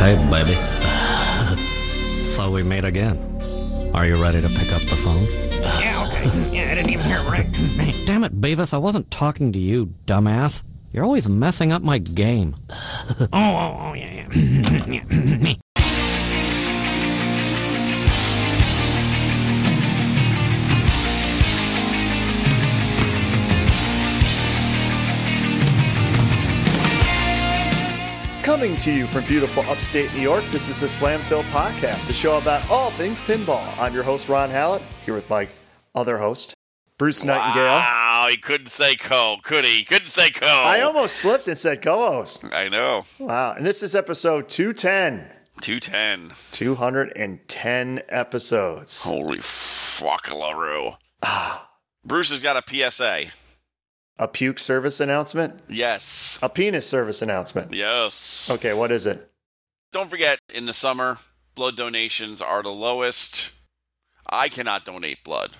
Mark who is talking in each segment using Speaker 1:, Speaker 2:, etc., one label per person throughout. Speaker 1: Hey, baby. so we meet again. Are you ready to pick up the phone?
Speaker 2: Yeah, okay. Yeah, I didn't even hear it right.
Speaker 1: Damn it, Beavis, I wasn't talking to you, dumbass. You're always messing up my game.
Speaker 2: Oh, oh, oh, yeah, yeah. yeah.
Speaker 3: Coming to you from beautiful upstate New York, this is the Slam Slamtail Podcast, a show about all things pinball. I'm your host, Ron Hallett, here with my other host, Bruce Nightingale.
Speaker 4: Wow, he couldn't say co, could he? Couldn't say co.
Speaker 3: I almost slipped and said co host.
Speaker 4: I know.
Speaker 3: Wow. And this is episode 210.
Speaker 4: 210.
Speaker 3: 210 episodes.
Speaker 4: Holy fuckaroo. Bruce has got a PSA.
Speaker 3: A puke service announcement?
Speaker 4: Yes.
Speaker 3: A penis service announcement.
Speaker 4: Yes.
Speaker 3: Okay, what is it?
Speaker 4: Don't forget, in the summer, blood donations are the lowest. I cannot donate blood.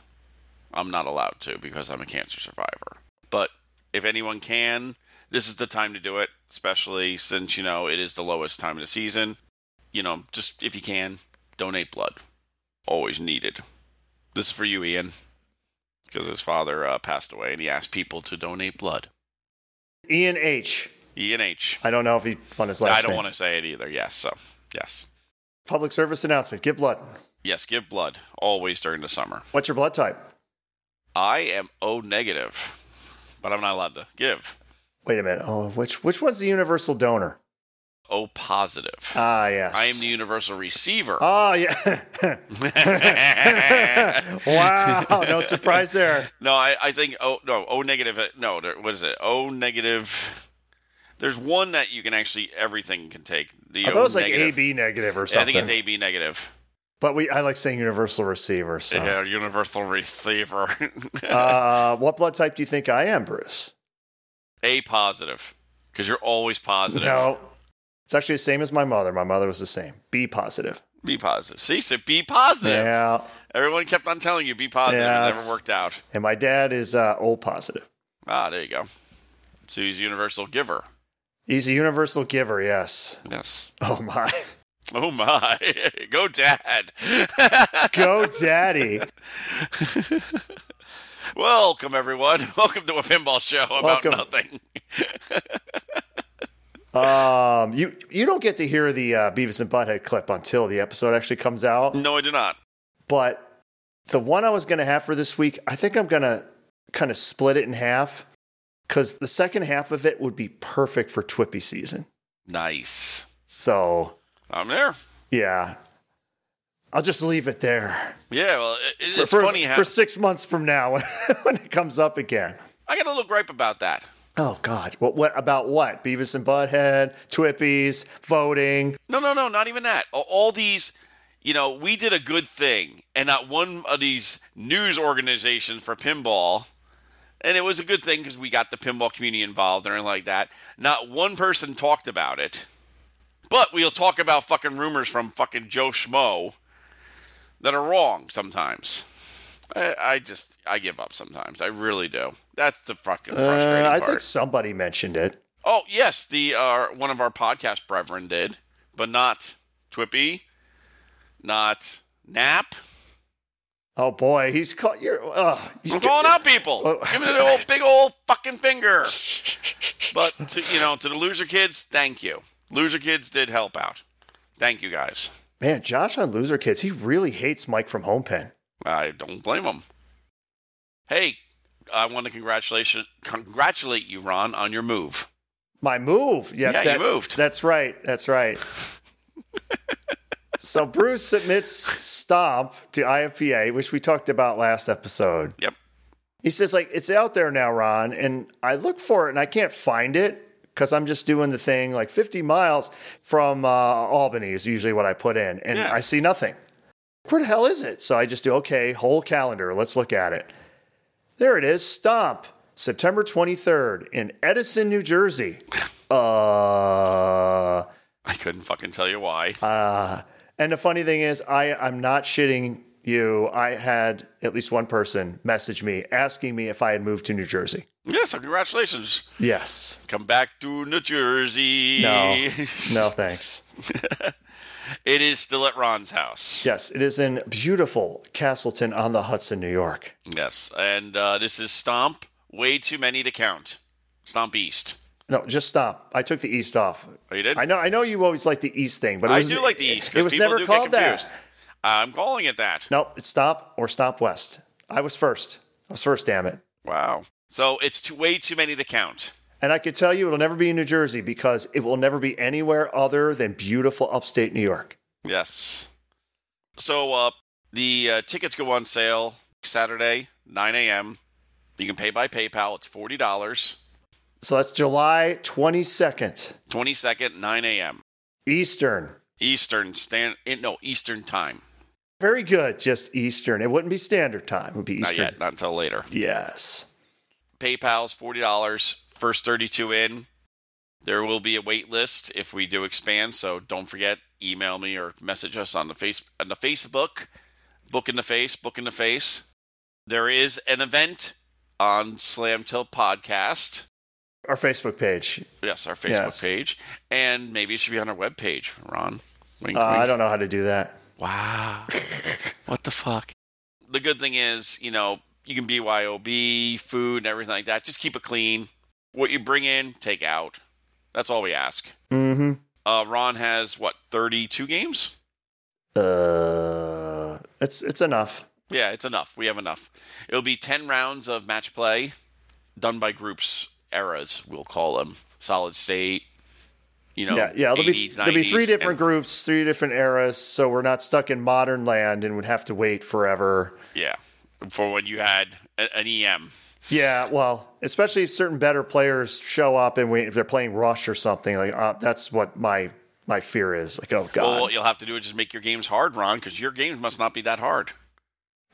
Speaker 4: I'm not allowed to because I'm a cancer survivor. But if anyone can, this is the time to do it, especially since, you know, it is the lowest time of the season. You know, just if you can, donate blood. Always needed. This is for you, Ian, because his father uh, passed away and he asked people to donate blood.
Speaker 3: Ian H.
Speaker 4: Ian H.
Speaker 3: I don't know if he won his last
Speaker 4: I don't
Speaker 3: name.
Speaker 4: want to say it either. Yes, so, yes.
Speaker 3: Public service announcement. Give blood.
Speaker 4: Yes, give blood always during the summer.
Speaker 3: What's your blood type?
Speaker 4: I am O negative, but I'm not allowed to give.
Speaker 3: Wait a minute. Oh, which which one's the universal donor?
Speaker 4: O positive.
Speaker 3: Ah, yes.
Speaker 4: I am the universal receiver.
Speaker 3: Oh yeah. wow. No surprise there.
Speaker 4: no, I, I think oh no O negative. uh, No, there, what is it? O negative. There's one that you can actually everything can take. The
Speaker 3: I thought it was
Speaker 4: O
Speaker 3: like
Speaker 4: negative-
Speaker 3: AB negative or
Speaker 4: Yeah, I
Speaker 3: something.
Speaker 4: think it's AB negative.
Speaker 3: but we I like saying universal receiver. So,
Speaker 4: Yeah, universal receiver.
Speaker 3: uh, what blood type do you think I am, Bruce?
Speaker 4: A positive, because you're always positive.
Speaker 3: No, it's actually the same as my mother. My mother was the same. B positive.
Speaker 4: Be positive. See, so be positive.
Speaker 3: Yeah,
Speaker 4: Everyone kept on telling you be positive. It
Speaker 3: Yes.
Speaker 4: never worked out.
Speaker 3: and my dad is uh, O positive.
Speaker 4: Ah, there you go. So he's a universal giver.
Speaker 3: He's a universal giver. Yes.
Speaker 4: Yes.
Speaker 3: Oh my.
Speaker 4: Oh my. Go dad.
Speaker 3: Go, daddy.
Speaker 4: Welcome everyone. Welcome to a pinball show about
Speaker 3: Welcome.
Speaker 4: nothing.
Speaker 3: Um, you you don't get to hear the uh, Beavis and Butthead clip until the episode actually comes out.
Speaker 4: No, I do not.
Speaker 3: But the one I was going to have for this week, I think I'm going to kind of split it in half because the second half of it would be perfect for Twippy season.
Speaker 4: Nice.
Speaker 3: So
Speaker 4: I'm there.
Speaker 3: yeah, I'll just leave it there.
Speaker 4: Yeah, well, it, it's
Speaker 3: for,
Speaker 4: funny how
Speaker 3: for six months from now when it comes up again.
Speaker 4: I got a little gripe about that.
Speaker 3: Oh God! What, what about what? Beavis and Butthead, Twippies, voting.
Speaker 4: No, no, no, not even that. A- All these, you know, we did a good thing, and not one of these news organizations for pinball, and it was a good thing because we got the pinball community involved and everything like that. Not one person talked about it, but we'll talk about fucking rumors from fucking Joe Schmo that are wrong sometimes. I, I just, I give up sometimes. I really do. That's the fucking frustrating
Speaker 3: Uh, I
Speaker 4: part.
Speaker 3: think somebody mentioned it.
Speaker 4: Oh yes, the uh, one of our podcast brethren did, but not Twippy, not Nap.
Speaker 3: Oh boy, he's caught. You're. Uh,
Speaker 4: I'm calling out people.
Speaker 3: Oh.
Speaker 4: Give me the old big old fucking finger. But to, you know, to the loser kids, thank you. Loser kids did help out. Thank you guys.
Speaker 3: Man, Josh on Loser Kids, he really hates Mike from Home Pen.
Speaker 4: I don't blame them. Hey, I want to congratulation congratulate you, Ron, on your move.
Speaker 3: My move. Yeah,
Speaker 4: Yeah, you moved.
Speaker 3: That's right. That's right. so Bruce submits Stomp to IFPA, which we talked about last episode.
Speaker 4: Yep.
Speaker 3: He says, like, it's out there now, Ron. And I look for it and I can't find it because I'm just doing the thing like 50 miles from uh, Albany is usually what I put in. And
Speaker 4: Yeah.
Speaker 3: I see nothing. Where the hell is it? So I just do, okay, whole calendar. Let's look at it. There it is. Stomp, September 23rd in Edison, New Jersey. Uh,
Speaker 4: I couldn't fucking tell you why.
Speaker 3: uh, and the funny thing is, I, I'm not shitting you. I had at least one person message me asking me if I had moved to New Jersey.
Speaker 4: Yeah, so congratulations.
Speaker 3: Yes.
Speaker 4: Come back to New Jersey.
Speaker 3: No. No, thanks.
Speaker 4: It is still at Ron's house.
Speaker 3: Yes, it is in beautiful Castleton on the Hudson, New York.
Speaker 4: Yes. And uh, this is Stomp. Way too many to count. Stomp East.
Speaker 3: No, just stop. I took the East off.
Speaker 4: Oh, you did?
Speaker 3: I know. I know you always like the East thing, but it
Speaker 4: I
Speaker 3: was-
Speaker 4: do like the East. 'cause
Speaker 3: It was
Speaker 4: people
Speaker 3: never
Speaker 4: do
Speaker 3: called
Speaker 4: get confused.
Speaker 3: that.
Speaker 4: I'm calling it that.
Speaker 3: No, it's stop or stop west. I was first. I was first. Damn it.
Speaker 4: Wow. So it's too, way too many to count.
Speaker 3: And I could tell you it'll never be in New Jersey because it will never be anywhere other than beautiful upstate New York.
Speaker 4: Yes. So uh, the uh, tickets go on sale Saturday, 9 a.m. You can pay by PayPal. It's forty dollars.
Speaker 3: So that's July 22nd,
Speaker 4: Twenty second, 9 a.m.
Speaker 3: Eastern.
Speaker 4: Eastern stand. No, Eastern time.
Speaker 3: Very good. Just Eastern. It wouldn't be standard time. It would be
Speaker 4: Not
Speaker 3: Eastern.
Speaker 4: yet. Not until later.
Speaker 3: Yes.
Speaker 4: PayPal's forty dollars. First thirty two in. There will be a wait list if we do expand. So don't forget. Email me or message us on the face on the Facebook. Book in the face. Book in the face. There is an event on Slam Till Podcast.
Speaker 3: Our Facebook page.
Speaker 4: Yes, our Facebook
Speaker 3: Yes.
Speaker 4: page, and maybe it should be on our webpage, Ron. Wink,
Speaker 3: Uh, I
Speaker 4: wink.
Speaker 3: don't know how to do that.
Speaker 4: Wow, what the fuck? The good thing is, you know, you can BYOB food and everything like that. Just keep it clean. What you bring in, take out. That's all we ask.
Speaker 3: Mm-hmm.
Speaker 4: Uh, Ron has what thirty-two games?
Speaker 3: Uh, it's it's enough.
Speaker 4: Yeah, it's enough. We have enough. It'll be 10 rounds of match play done by groups, eras, we'll call them. Solid state, you know.
Speaker 3: yeah, yeah. There'll be
Speaker 4: 80s,
Speaker 3: there'll be
Speaker 4: 90s,
Speaker 3: three different
Speaker 4: and-
Speaker 3: groups, three different eras, so we're not stuck in modern land and would have to wait forever.
Speaker 4: Yeah, for when you had a- an E EM.
Speaker 3: Yeah, well, especially if certain better players show up and we, if they're playing rush or something, like uh, that's what my my fear is. Like, oh
Speaker 4: Well,
Speaker 3: god,
Speaker 4: what you'll have to do is just make your games hard, Ron, because your games must not be that hard.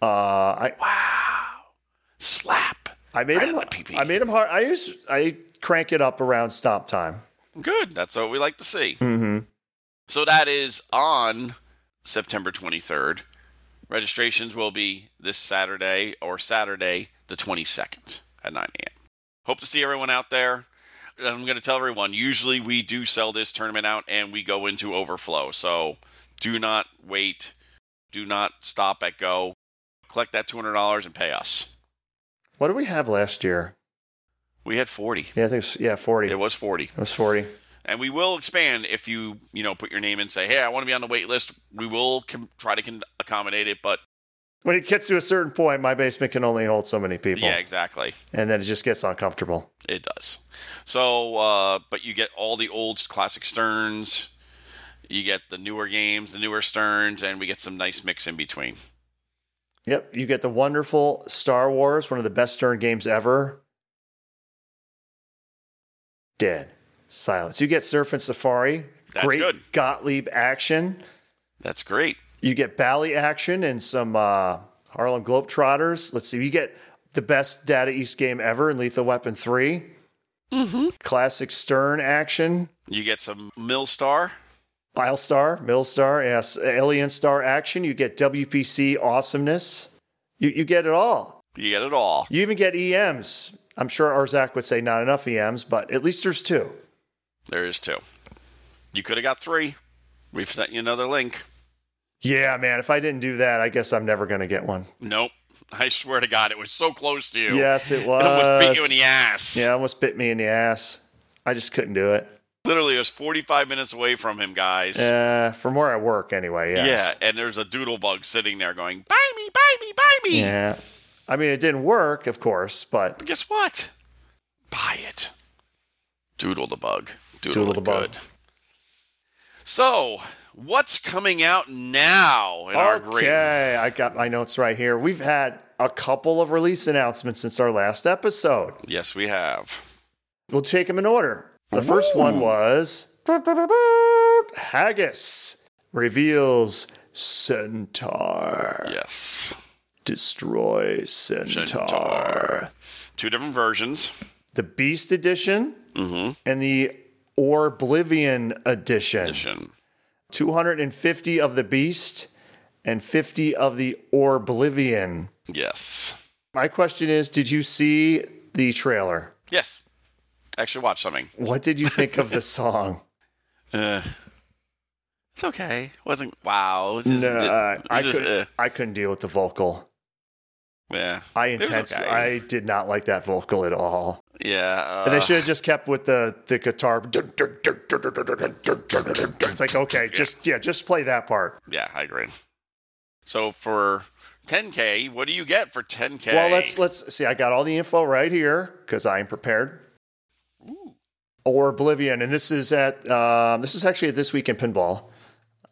Speaker 3: uh, I
Speaker 4: Wow. Slap.
Speaker 3: I made
Speaker 4: Right
Speaker 3: him
Speaker 4: on the PP.
Speaker 3: I made him hard. I use I crank it up around stomp time.
Speaker 4: Good. That's what we like to see.
Speaker 3: Mm-hmm.
Speaker 4: So that is on September 23rd. Registrations will be this Saturday or Saturday the 22nd at 9 a.m. Hope to see everyone out there. And I'm going to tell everyone usually we do sell this tournament out and we go into overflow. So do not wait. Do not stop at go. Collect that $200 and pay us.
Speaker 3: What did we have last year?
Speaker 4: We had 40.
Speaker 3: Yeah, I think it was, yeah, forty.
Speaker 4: It was 40.
Speaker 3: It was forty.
Speaker 4: and we will expand if you you know put your name and say hey i want to be on the wait list we will com- try to con- accommodate it but
Speaker 3: When it gets to a certain point, my basement can only hold so many people,
Speaker 4: yeah exactly
Speaker 3: and then it just gets uncomfortable.
Speaker 4: it does so uh, but you get all the old classic sterns you get the newer games the newer sterns and we get some nice mix in between
Speaker 3: Yep, you get the wonderful Star Wars, one of the best Stern games ever. Dead silence. You get Surf and Safari.
Speaker 4: That's
Speaker 3: great
Speaker 4: good.
Speaker 3: Gottlieb action.
Speaker 4: that's great
Speaker 3: You get Bally action and some uh, Harlem Globetrotters. Let's see. You get the best Data East game ever in Lethal Weapon 3. Mm-hmm. Classic Stern action.
Speaker 4: you get some millstar
Speaker 3: Milestar, Millstar, yes. Alien Star action. You get WPC awesomeness. You, you get it all.
Speaker 4: you get it all
Speaker 3: You even get EMs. I'm sure our Zach would say not enough EMs, but at least there's two.
Speaker 4: there is two you could have got three we've sent you another link
Speaker 3: Yeah, man. If I didn't do that, I guess I'm never going to get one.
Speaker 4: nope i swear to god it was so close to you
Speaker 3: Yes, it
Speaker 4: it
Speaker 3: was.
Speaker 4: almost bit you in the ass
Speaker 3: yeah, it almost bit me in the ass. I just couldn't do it.
Speaker 4: Literally, it was 45 minutes away from him, guys.
Speaker 3: Uh, from where I work, anyway. Yes.
Speaker 4: Yeah, and there's a doodle bug sitting there going, buy me, buy me, buy me.
Speaker 3: Yeah. I mean, it didn't work, of course, but
Speaker 4: But guess what? Buy it. Doodle the bug. Doodle,
Speaker 3: Doodle
Speaker 4: it
Speaker 3: the bug.
Speaker 4: good. So, what's coming out now in our great...
Speaker 3: okay. I got my notes right here. We've had a couple of release announcements since our last episode.
Speaker 4: Yes, we have.
Speaker 3: We'll take them in order. The first one was Haggis reveals Centaur.
Speaker 4: Yes.
Speaker 3: Destroy Centaur.
Speaker 4: Centaur. Two different versions.
Speaker 3: The Beast Edition
Speaker 4: Mhm.
Speaker 3: and the Oblivion Edition.
Speaker 4: Edition.
Speaker 3: 250 of the Beast and 50 of the Oblivion.
Speaker 4: Yes.
Speaker 3: My question is Did you see the trailer.
Speaker 4: Yes. Actually, watch something.
Speaker 3: What did you think of the song?
Speaker 4: Uh, it's okay. Wasn't wow. It was just-
Speaker 3: No,
Speaker 4: it-
Speaker 3: uh,
Speaker 4: it
Speaker 3: I
Speaker 4: was just,
Speaker 3: couldn't.
Speaker 4: uh,
Speaker 3: I couldn't deal with the vocal.
Speaker 4: yeah.
Speaker 3: I
Speaker 4: It was
Speaker 3: intense.
Speaker 4: okay.
Speaker 3: I did not like that vocal at all.
Speaker 4: Yeah. Uh,
Speaker 3: And they should have just kept with the the guitar. It's like okay, just yeah, just play that part.
Speaker 4: Yeah, I agree. So for 10k, what do you get for 10k?
Speaker 3: Well, let's let's see. I got all the info right here because I am prepared.
Speaker 4: Ooh.
Speaker 3: Or Oblivion, and this is at um, this is actually at this week in pinball.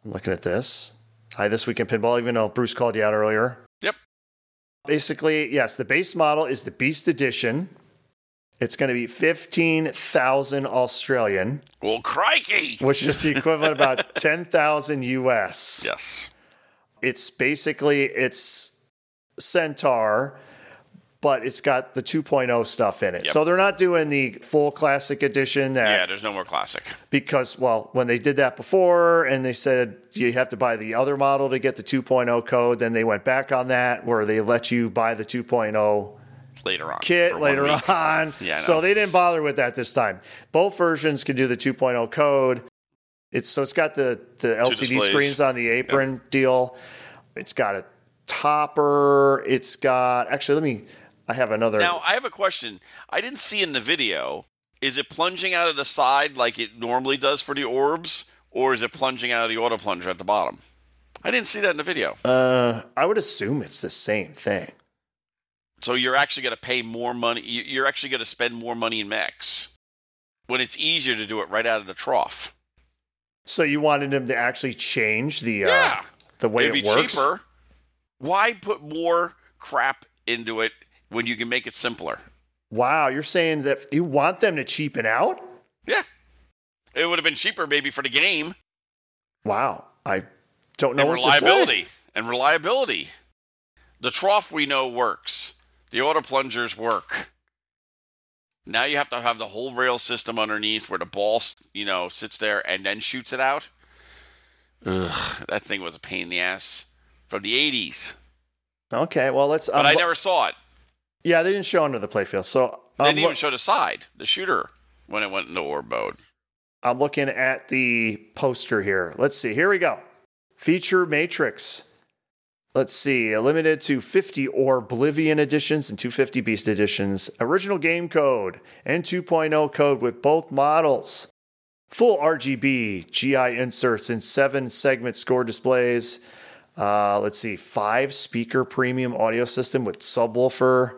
Speaker 3: I'm looking at this. Hi, this week in pinball. Even though Bruce called you out earlier.
Speaker 4: Yep.
Speaker 3: Basically, yes. The base model is the Beast Edition. It's going to be fifteen thousand Australian,
Speaker 4: Well, crikey.
Speaker 3: which is the equivalent of about ten thousand US.
Speaker 4: Yes.
Speaker 3: it's basically it's centaur but it's got the 2.0 stuff in it
Speaker 4: Yep.
Speaker 3: so they're not doing the full classic edition that
Speaker 4: Yeah, there's no more classic.
Speaker 3: because well when they did that before and they said you have to buy the other model to get the 2.0 code then they went back on that where they let you buy the 2.0
Speaker 4: Later on. for
Speaker 3: kit
Speaker 4: one
Speaker 3: later
Speaker 4: week.
Speaker 3: on
Speaker 4: Yeah, I
Speaker 3: so
Speaker 4: know.
Speaker 3: they didn't bother with that this time both versions can do the 2.0 code it's so it's got the the LCD
Speaker 4: displays.
Speaker 3: screens on the apron deal. It's got a topper. It's got actually. Let me. I have another.
Speaker 4: Now, I have a question. I didn't see in the video. Is it plunging out of the side like it normally does for the orbs, or is it plunging out of the auto plunger at the bottom? I didn't see that in the video.
Speaker 3: uh, I would assume it's the same thing.
Speaker 4: so you're actually going to pay more money. you- You're actually going to spend more money in mechs when it's easier to do it right out of the trough.
Speaker 3: So you wanted them to actually change the uh,
Speaker 4: Yeah.
Speaker 3: the way
Speaker 4: It'd
Speaker 3: it
Speaker 4: be
Speaker 3: works.
Speaker 4: cheaper. Why put more crap into it when you can make it simpler?
Speaker 3: Wow, you're saying that you want them to cheapen out?
Speaker 4: Yeah. It would have been cheaper maybe for the game
Speaker 3: Wow, I don't know
Speaker 4: and
Speaker 3: what to say.
Speaker 4: reliability and reliability. The trough we know works. The auto plungers work. Now you have to have the whole rail system underneath where the ball, s- you know, sits there and then shoots it out. Ugh, that thing was a pain in the ass from the 80s.
Speaker 3: Okay, well let's.
Speaker 4: But
Speaker 3: um,
Speaker 4: I never saw it.
Speaker 3: Yeah, they didn't show under the playfield, so
Speaker 4: They
Speaker 3: I'm,
Speaker 4: didn't
Speaker 3: loo-
Speaker 4: even show the side, the shooter, when it went into orb mode.
Speaker 3: I'm looking at the poster here. Let's see. Here we go. Feature Matrix. Let's see. Limited to 50 Oblivion editions and 250 Beast editions. Original game code and 2.0 code with both models. Full RGB, GI inserts, and seven segment score displays. Uh, let's see. Five speaker premium audio system with subwoofer.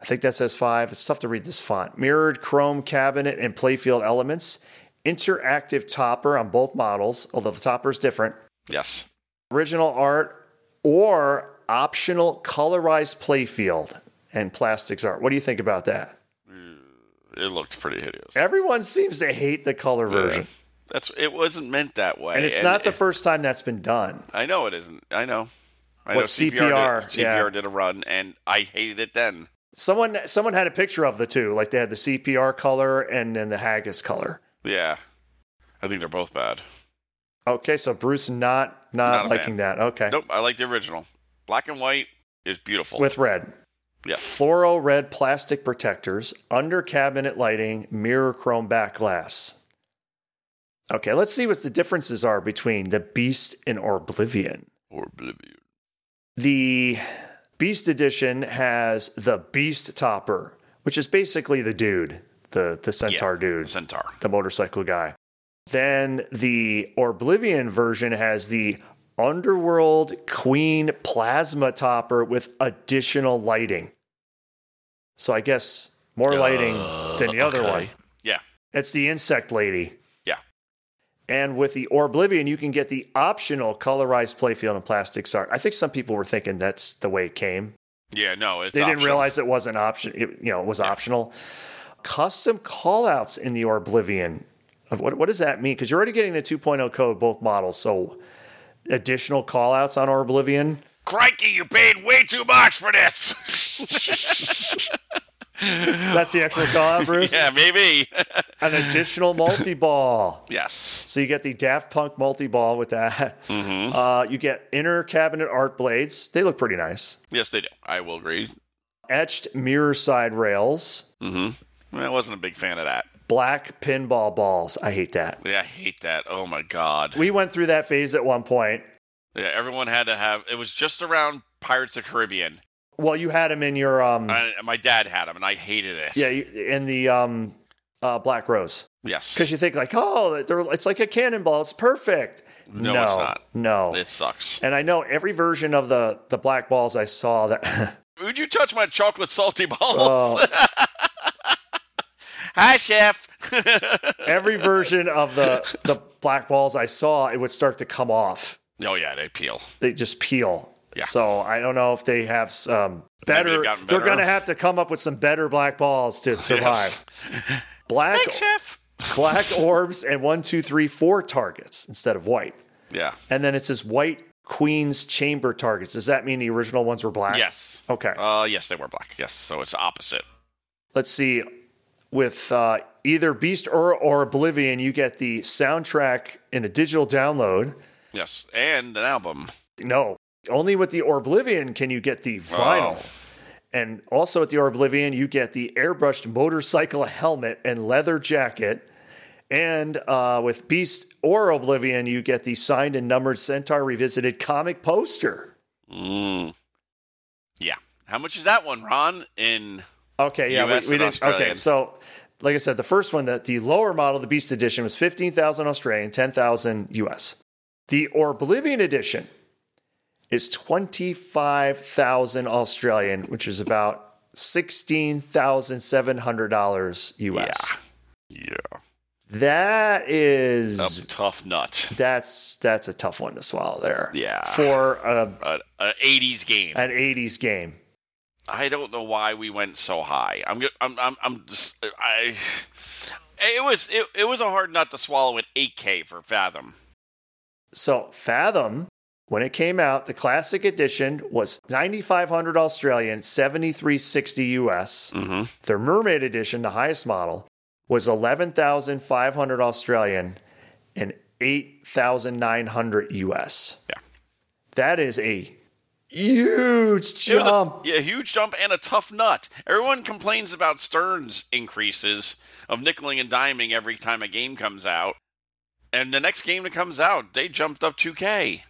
Speaker 3: I think that says five. It's tough to read this font. Mirrored chrome cabinet and playfield elements. Interactive topper on both models, although the topper is different.
Speaker 4: Yes.
Speaker 3: Original art or optional colorized playfield and plastics art. What do you think about that?
Speaker 4: It looked pretty hideous.
Speaker 3: Everyone seems to hate the color version.
Speaker 4: Yeah. That's it wasn't meant that way.
Speaker 3: And it's not the
Speaker 4: it-
Speaker 3: first time that's been done.
Speaker 4: I know it isn't. I know. I
Speaker 3: What,
Speaker 4: know
Speaker 3: CPR,
Speaker 4: did,
Speaker 3: yeah.
Speaker 4: CPR did a run, and I hated it then.
Speaker 3: Someone someone had a picture of the two, like they had the CPR color and then the haggis color.
Speaker 4: Yeah, I think they're both bad.
Speaker 3: Okay, so Bruce not
Speaker 4: Not
Speaker 3: not,
Speaker 4: a
Speaker 3: liking that. Okay.
Speaker 4: Nope, I like the original. Black and white is beautiful.
Speaker 3: With red.
Speaker 4: yeah,
Speaker 3: fluoro red plastic protectors, under cabinet lighting, mirror chrome back glass. Okay, let's see what the differences are between the Beast and Oblivion.
Speaker 4: or Oblivion.
Speaker 3: The Beast edition has the Beast topper, which is basically the dude, the the centaur dude,
Speaker 4: Centaur.
Speaker 3: the motorcycle guy. Then the Oblivion version has the Underworld Queen plasma topper with additional lighting. So I guess more lighting than the other
Speaker 4: Uh, okay.
Speaker 3: one.
Speaker 4: Yeah.
Speaker 3: It's the insect lady.
Speaker 4: Yeah.
Speaker 3: And with the Oblivion, you can get the optional colorized playfield and plastic art. I think some people were thinking that's the way it came.
Speaker 4: Yeah, no, it's
Speaker 3: They didn't
Speaker 4: optional.
Speaker 3: realize it wasn't option. It, you know, it was optional. Custom callouts in the Oblivion. Of what what does that mean? Because you're already getting the 2.0 code both models, so additional callouts on Oblivion.
Speaker 4: Crikey, you paid way too much for this.
Speaker 3: That's the actual callout, Bruce.
Speaker 4: yeah, maybe.
Speaker 3: An additional multi ball.
Speaker 4: yes.
Speaker 3: So you get the Daft Punk multi ball with that.
Speaker 4: Mm-hmm.
Speaker 3: Uh, you get inner cabinet art blades. They look pretty nice.
Speaker 4: Yes, they do. I will agree.
Speaker 3: etched mirror side rails,
Speaker 4: Mm-hmm. I wasn't a big fan of that.
Speaker 3: black pinball balls. I hate that.
Speaker 4: Yeah, I hate that. Oh my god.
Speaker 3: We went through that phase at one point.
Speaker 4: Yeah, everyone had to have. It was just around Pirates of the Caribbean.
Speaker 3: Well, you had them in your um,
Speaker 4: I, my dad had them, and I hated it.
Speaker 3: yeah, you, in the um, uh, black rose
Speaker 4: Yes.
Speaker 3: because you think like, oh, they're, it's like a cannonball. It's perfect.
Speaker 4: No,
Speaker 3: no
Speaker 4: it's not.
Speaker 3: No.
Speaker 4: it sucks.
Speaker 3: and I know every version of the the black balls I saw that. oh,
Speaker 4: Would you touch my chocolate salty balls? Hi, chef.
Speaker 3: every version of the the black balls I saw, it would start to come off.
Speaker 4: oh yeah, they peel.
Speaker 3: They just peel.
Speaker 4: Yeah.
Speaker 3: So I don't know if they have some
Speaker 4: Maybe
Speaker 3: better.
Speaker 4: they've gotten
Speaker 3: They're
Speaker 4: better.
Speaker 3: going to have to come up with some better black balls to survive.
Speaker 4: Yes.
Speaker 3: Black
Speaker 4: Thanks, chef.
Speaker 3: black orbs and one, two, three, four targets instead of white.
Speaker 4: Yeah.
Speaker 3: And then it says white queen's chamber targets. Does that mean the original ones were black?
Speaker 4: Yes.
Speaker 3: Okay.
Speaker 4: Uh, yes, they were black. Yes, so it's opposite.
Speaker 3: Let's see. With uh, either Beast or, or Oblivion, you get the soundtrack in a digital download.
Speaker 4: Yes, and an album.
Speaker 3: No, only with the Oblivion can you get the vinyl.
Speaker 4: Oh.
Speaker 3: And also at the Oblivion, you get the airbrushed motorcycle helmet and leather jacket. And uh, with Beast or Oblivion, you get the signed and numbered Centaur Revisited comic poster.
Speaker 4: Mm. Yeah. How much is that one, Ron? In
Speaker 3: Okay, yeah, we,
Speaker 4: US
Speaker 3: we
Speaker 4: and
Speaker 3: didn't. Okay,
Speaker 4: Australian.
Speaker 3: so like I said, the first one, the, the lower model, the Beast Edition, was fifteen thousand Australian, ten thousand US. The Oblivion Edition is twenty five thousand Australian, which is about sixteen thousand seven hundred dollars US.
Speaker 4: yeah,
Speaker 3: That
Speaker 4: a
Speaker 3: is
Speaker 4: tough nut.
Speaker 3: that's that's a tough one to swallow there.
Speaker 4: Yeah.
Speaker 3: for a,
Speaker 4: A, a 80s game.
Speaker 3: an eighties game.
Speaker 4: I don't know why we went so high. I'm go- I'm I'm, I'm just I. It was it, it was a hard nut to swallow at 8K for Fathom.
Speaker 3: So Fathom, when it came out, the classic edition was 9,500 Australian, 7,360 US.
Speaker 4: Mm-hmm.
Speaker 3: Their Mermaid edition, the highest model, was 11,500 Australian and 8,900 US.
Speaker 4: Yeah.
Speaker 3: That is a huge
Speaker 4: It was a-
Speaker 3: jump.
Speaker 4: yeah, huge jump and a tough nut. Everyone complains about Stern's increases of nickeling and diming every time a game comes out. And the next game that comes out, they jumped up 2K.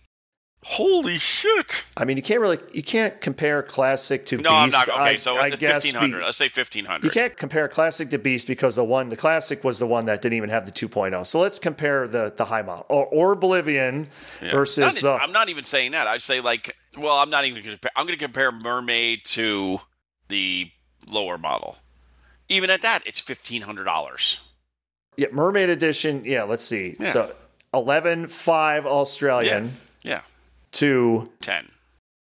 Speaker 4: Holy shit.
Speaker 3: I mean, you can't really you can't compare classic to
Speaker 4: No, I'm not.
Speaker 3: Beast.
Speaker 4: Okay,
Speaker 3: I-
Speaker 4: so
Speaker 3: I
Speaker 4: it's
Speaker 3: guess we-
Speaker 4: 1500. Let's say
Speaker 3: You
Speaker 4: 1500.
Speaker 3: can't compare classic to beast because the one, the classic was the one that didn't even have the 2.0. So let's compare the the high model or, or Oblivion
Speaker 4: Yeah.
Speaker 3: versus
Speaker 4: Not-
Speaker 3: the.
Speaker 4: I'm not even saying that. I'd say like, well, I'm not even going to compare. I'm going to compare Mermaid to the lower model. Even at that, it's $1500.
Speaker 3: yeah, Mermaid Edition. Yeah, let's see.
Speaker 4: Yeah.
Speaker 3: So 11 5 Australian
Speaker 4: Yeah.
Speaker 3: to
Speaker 4: 10.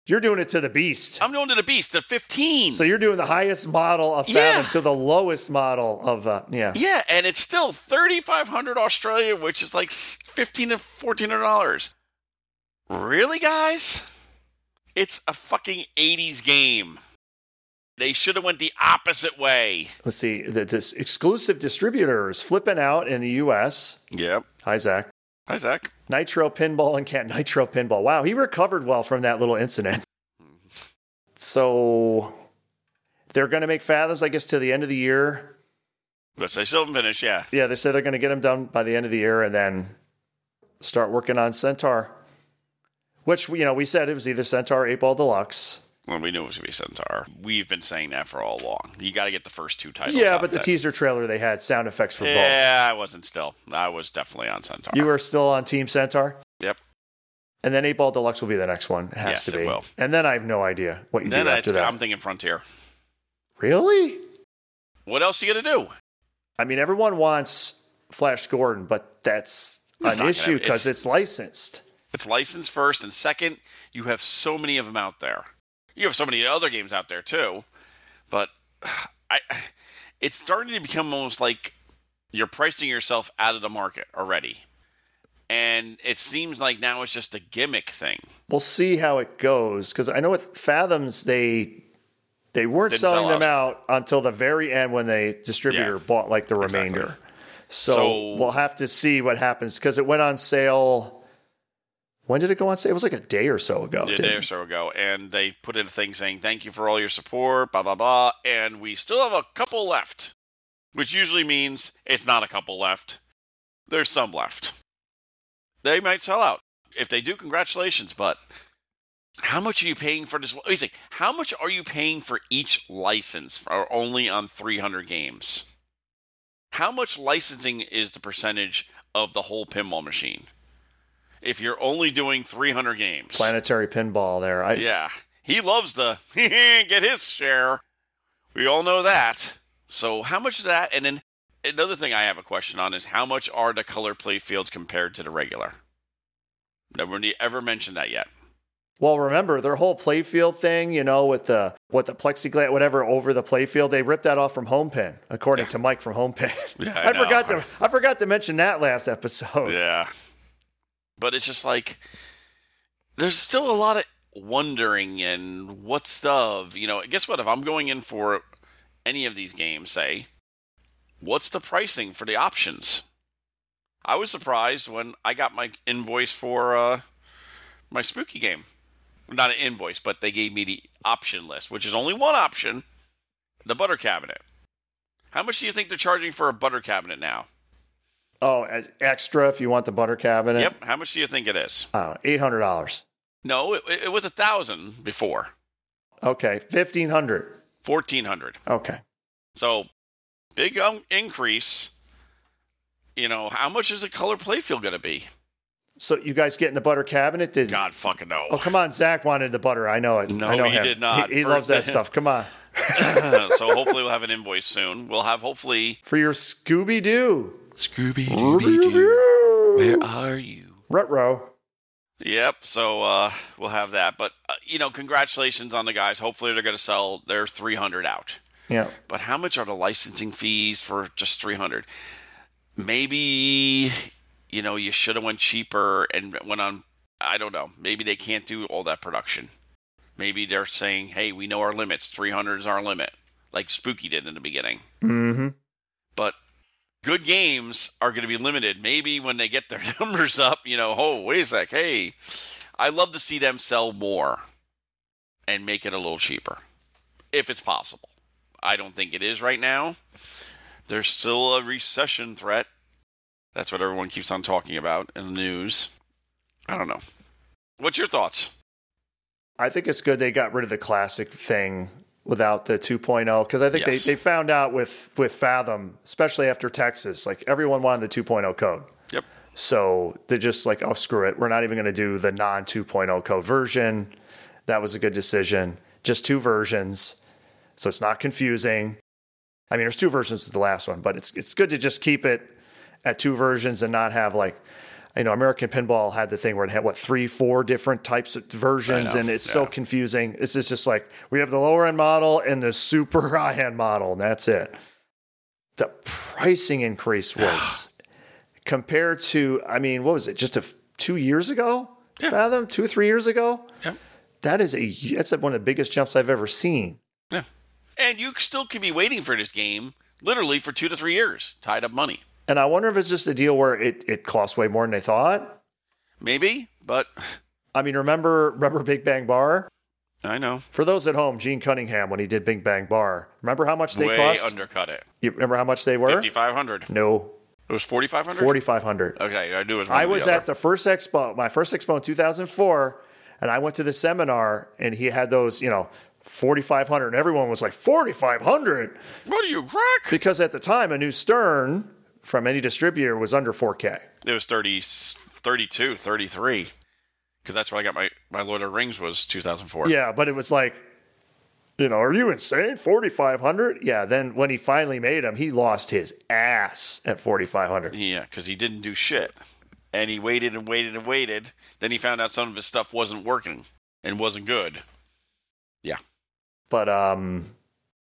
Speaker 3: you're doing it to the beast.
Speaker 4: I'm going to the beast, the 15.
Speaker 3: so you're doing the highest model of
Speaker 4: Yeah.
Speaker 3: Fathom to the lowest model of uh, yeah.
Speaker 4: Yeah, and it's still thirty five hundred Australia, which is like s- fifteen to fourteen hundred dollars. Really, guys? It's a fucking eighties game. They should have went the opposite way.
Speaker 3: Let's see. The this exclusive distributors flipping out in the U.S.
Speaker 4: Yep.
Speaker 3: Hi Zach.
Speaker 4: Hi, Zach.
Speaker 3: Nitro Pinball and Cat Nitro Pinball. Wow, he recovered well from that little incident. So they're going to make fathoms, I guess, to the end of the year.
Speaker 4: But I still haven't finished. Yeah.
Speaker 3: Yeah, they said they're going to get them done by the end of the year and then start working on Centaur, which, you know, we said it was either Centaur or 8 Ball Deluxe.
Speaker 4: Well, we knew it was gonna be Centaur. We've been saying that for all along. You got to get the first two titles.
Speaker 3: yeah,
Speaker 4: out
Speaker 3: but the
Speaker 4: then.
Speaker 3: teaser trailer, they had sound effects for both.
Speaker 4: Yeah, I wasn't still. I was definitely on Centaur.
Speaker 3: You were still on Team Centaur?
Speaker 4: Yep.
Speaker 3: And then 8 Ball Deluxe will be the next one. It has
Speaker 4: Yes,
Speaker 3: to
Speaker 4: it
Speaker 3: be.
Speaker 4: will.
Speaker 3: And then I have no idea what you
Speaker 4: Then
Speaker 3: do
Speaker 4: I,
Speaker 3: after that.
Speaker 4: I'm thinking Frontier.
Speaker 3: really?
Speaker 4: What else you gonna do?
Speaker 3: I mean, everyone wants Flash Gordon, but that's
Speaker 4: It's not
Speaker 3: an
Speaker 4: gonna-
Speaker 3: issue because
Speaker 4: it's-
Speaker 3: it's, licensed.
Speaker 4: It's licensed first, and second, you have so many of them out there. You have so many other games out there too, but I, it's starting to become almost like you're pricing yourself out of the market already, and it seems like now it's just a gimmick thing.
Speaker 3: We'll see how it goes because I know with Fathoms they they weren't
Speaker 4: Didn't
Speaker 3: selling
Speaker 4: sell
Speaker 3: them out until the very end when the distributor
Speaker 4: Yeah.
Speaker 3: bought like the remainder. So,
Speaker 4: So-
Speaker 3: we'll have to see what happens because it went on sale When did it go on sale? It was like a day or so ago.
Speaker 4: a
Speaker 3: didn't
Speaker 4: day or so ago, and they put in a thing saying thank you for all your support, blah blah blah, and we still have a couple left, which usually means it's not a couple left. There's some left. They might sell out. If they do, congratulations. But how much are you paying for this? He's like, how much are you paying for each license? Are only on 300 games? How much licensing is the percentage of the whole pinball machine? If you're only doing 300 games,
Speaker 3: Planetary pinball there. I,
Speaker 4: yeah. He loves to get his share. We all know that. So how much is that? And then another thing I have a question on is how much are the color play fields compared to the regular? Nobody ever mentioned that yet.
Speaker 3: Well, remember their whole playfield thing, you know, with the what the plexiglass, whatever over the playfield. They ripped that off from Home Pin, according to Mike from Home Pin.
Speaker 4: Yeah, I
Speaker 3: I,
Speaker 4: know.
Speaker 3: forgot to I forgot to mention that last episode.
Speaker 4: Yeah. But it's just like there's still a lot of wondering and what's of, you know, guess what? If I'm going in for any of these games, say, what's the pricing for the options? I was surprised when I got my invoice for uh, my spooky game. Not an invoice, but they gave me the option list, which is only one option the butter cabinet. How much do you think they're charging for a butter cabinet now?
Speaker 3: Oh, e- extra if you want the butter cabinet.
Speaker 4: Yep. How much do you think it is?
Speaker 3: Uh, Eight hundred dollars.
Speaker 4: No, it, it was a thousand before,
Speaker 3: Okay, fifteen hundred.
Speaker 4: fourteen hundred.
Speaker 3: Okay.
Speaker 4: So big um, increase. You know, how much is the color playfield going to be?
Speaker 3: So you guys getting the butter cabinet? Did
Speaker 4: God fucking know.
Speaker 3: oh come on, Zach wanted the butter. I know it.
Speaker 4: No,
Speaker 3: I know
Speaker 4: he
Speaker 3: him.
Speaker 4: did not.
Speaker 3: He, he
Speaker 4: For-
Speaker 3: loves that stuff. Come on,
Speaker 4: so hopefully we'll have an invoice soon. We'll have hopefully
Speaker 3: for your Scooby Doo.
Speaker 4: Scooby Doo. Where are you?
Speaker 3: Retro.
Speaker 4: Yep. So uh, we'll have that. But uh, you know, congratulations on the guys. Hopefully they're going to sell their three hundred out.
Speaker 3: Yeah.
Speaker 4: But how much are the licensing fees for just 300? Maybe you know you should have went cheaper and went on I don't know. Maybe they can't do all that production. Maybe they're saying, "Hey, we know our limits. 300 is our limit." Like Spooky did in the beginning.
Speaker 3: Mm-hmm.
Speaker 4: But good games are going to be limited. Maybe when they get their numbers up, you know, "Oh, wait a sec. Hey, I love to see them sell more and make it a little cheaper." if it's possible. I don't think it is right now. There's still a recession threat. That's what everyone keeps on talking about in the news. I don't know. What's your thoughts?
Speaker 3: I think it's good they got rid of the classic thing without the 2.0 because I think
Speaker 4: Yes.
Speaker 3: they, they found out with with Fathom, especially after Texas, like everyone wanted the 2.0 code.
Speaker 4: Yep.
Speaker 3: So they're just like, oh, screw it. We're not even going to do the non 2.0 code version. That was a good decision. Just two versions. So it's not confusing. I mean, there's two versions of the last one, but it's, it's good to just keep it at two versions and not have like, you know, American Pinball had the thing where it had what three, four different types of versions,
Speaker 4: know.
Speaker 3: and it's so
Speaker 4: Yeah.
Speaker 3: confusing. It's just, just like we have the lower end model and the super high end model, and that's it. The pricing increase was compared to I mean, what was it? Just a f- two years ago, Fathom, two three years ago.
Speaker 4: Yep.
Speaker 3: That is a that's one of the biggest jumps I've ever seen.
Speaker 4: Yeah. And you still could be waiting for this game literally for two to three years, tied up money.
Speaker 3: And I wonder if it's just a deal where it it costs way more than they thought.
Speaker 4: Maybe, but
Speaker 3: I mean, remember remember Big Bang Bar?
Speaker 4: I know.
Speaker 3: For those at home, Gene Cunningham when he did Big Bang Bar, remember how much they
Speaker 4: Way
Speaker 3: cost?
Speaker 4: undercut it.
Speaker 3: You remember how much they were?
Speaker 4: 5,500.
Speaker 3: No,
Speaker 4: It was 4,500?
Speaker 3: forty five hundred.
Speaker 4: Okay, I knew it was one
Speaker 3: I
Speaker 4: or the
Speaker 3: was
Speaker 4: other.
Speaker 3: at the first expo, my first expo in 2004, and I went to the seminar, and he had those, you know, 4,500, and everyone was like 4,500
Speaker 4: What are you, crack?
Speaker 3: because at the time a new Stern from any distributor was under 4K.
Speaker 4: It was 30, 32, 33. Because that's where I got my, my Lord of the Rings was 2004.
Speaker 3: Yeah, but it was like, you know, are you insane? 4,500? Yeah. Then when he finally made him, he lost his ass at 4,500.
Speaker 4: Yeah, because he didn't do shit. And he waited and waited and waited. Then he found out some of his stuff wasn't working and wasn't good.
Speaker 3: But um,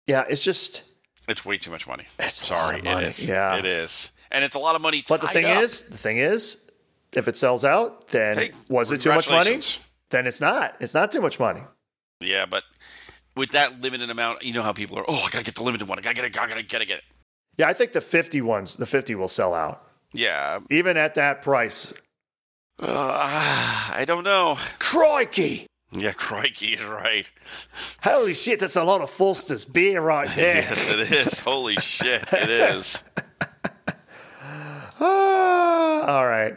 Speaker 3: yeah, it's just.
Speaker 4: It's way too much money.
Speaker 3: It's a lot
Speaker 4: Sorry,
Speaker 3: of money.
Speaker 4: it is.
Speaker 3: Yeah.
Speaker 4: It is. And it's a lot of money.
Speaker 3: But the
Speaker 4: tied
Speaker 3: thing
Speaker 4: up.
Speaker 3: is, the thing is, if it sells out, then
Speaker 4: Hey,
Speaker 3: was it too much money?
Speaker 4: congratulations.
Speaker 3: Then it's not. It's not too much money.
Speaker 4: Yeah, but with that limited amount, you know how people are, oh, I got to get the limited one. I got to get it. I got to get it. Get it.
Speaker 3: Yeah, I think the 50 ones, the 50 will sell out.
Speaker 4: Yeah.
Speaker 3: Even at that price,
Speaker 4: Uh, I don't know.
Speaker 3: Crikey!
Speaker 4: Yeah, crikey, you're right.
Speaker 3: Holy shit, that's a lot of Foster's beer right there.
Speaker 4: Yes, it is. Holy shit, it is.
Speaker 3: Ah, all right.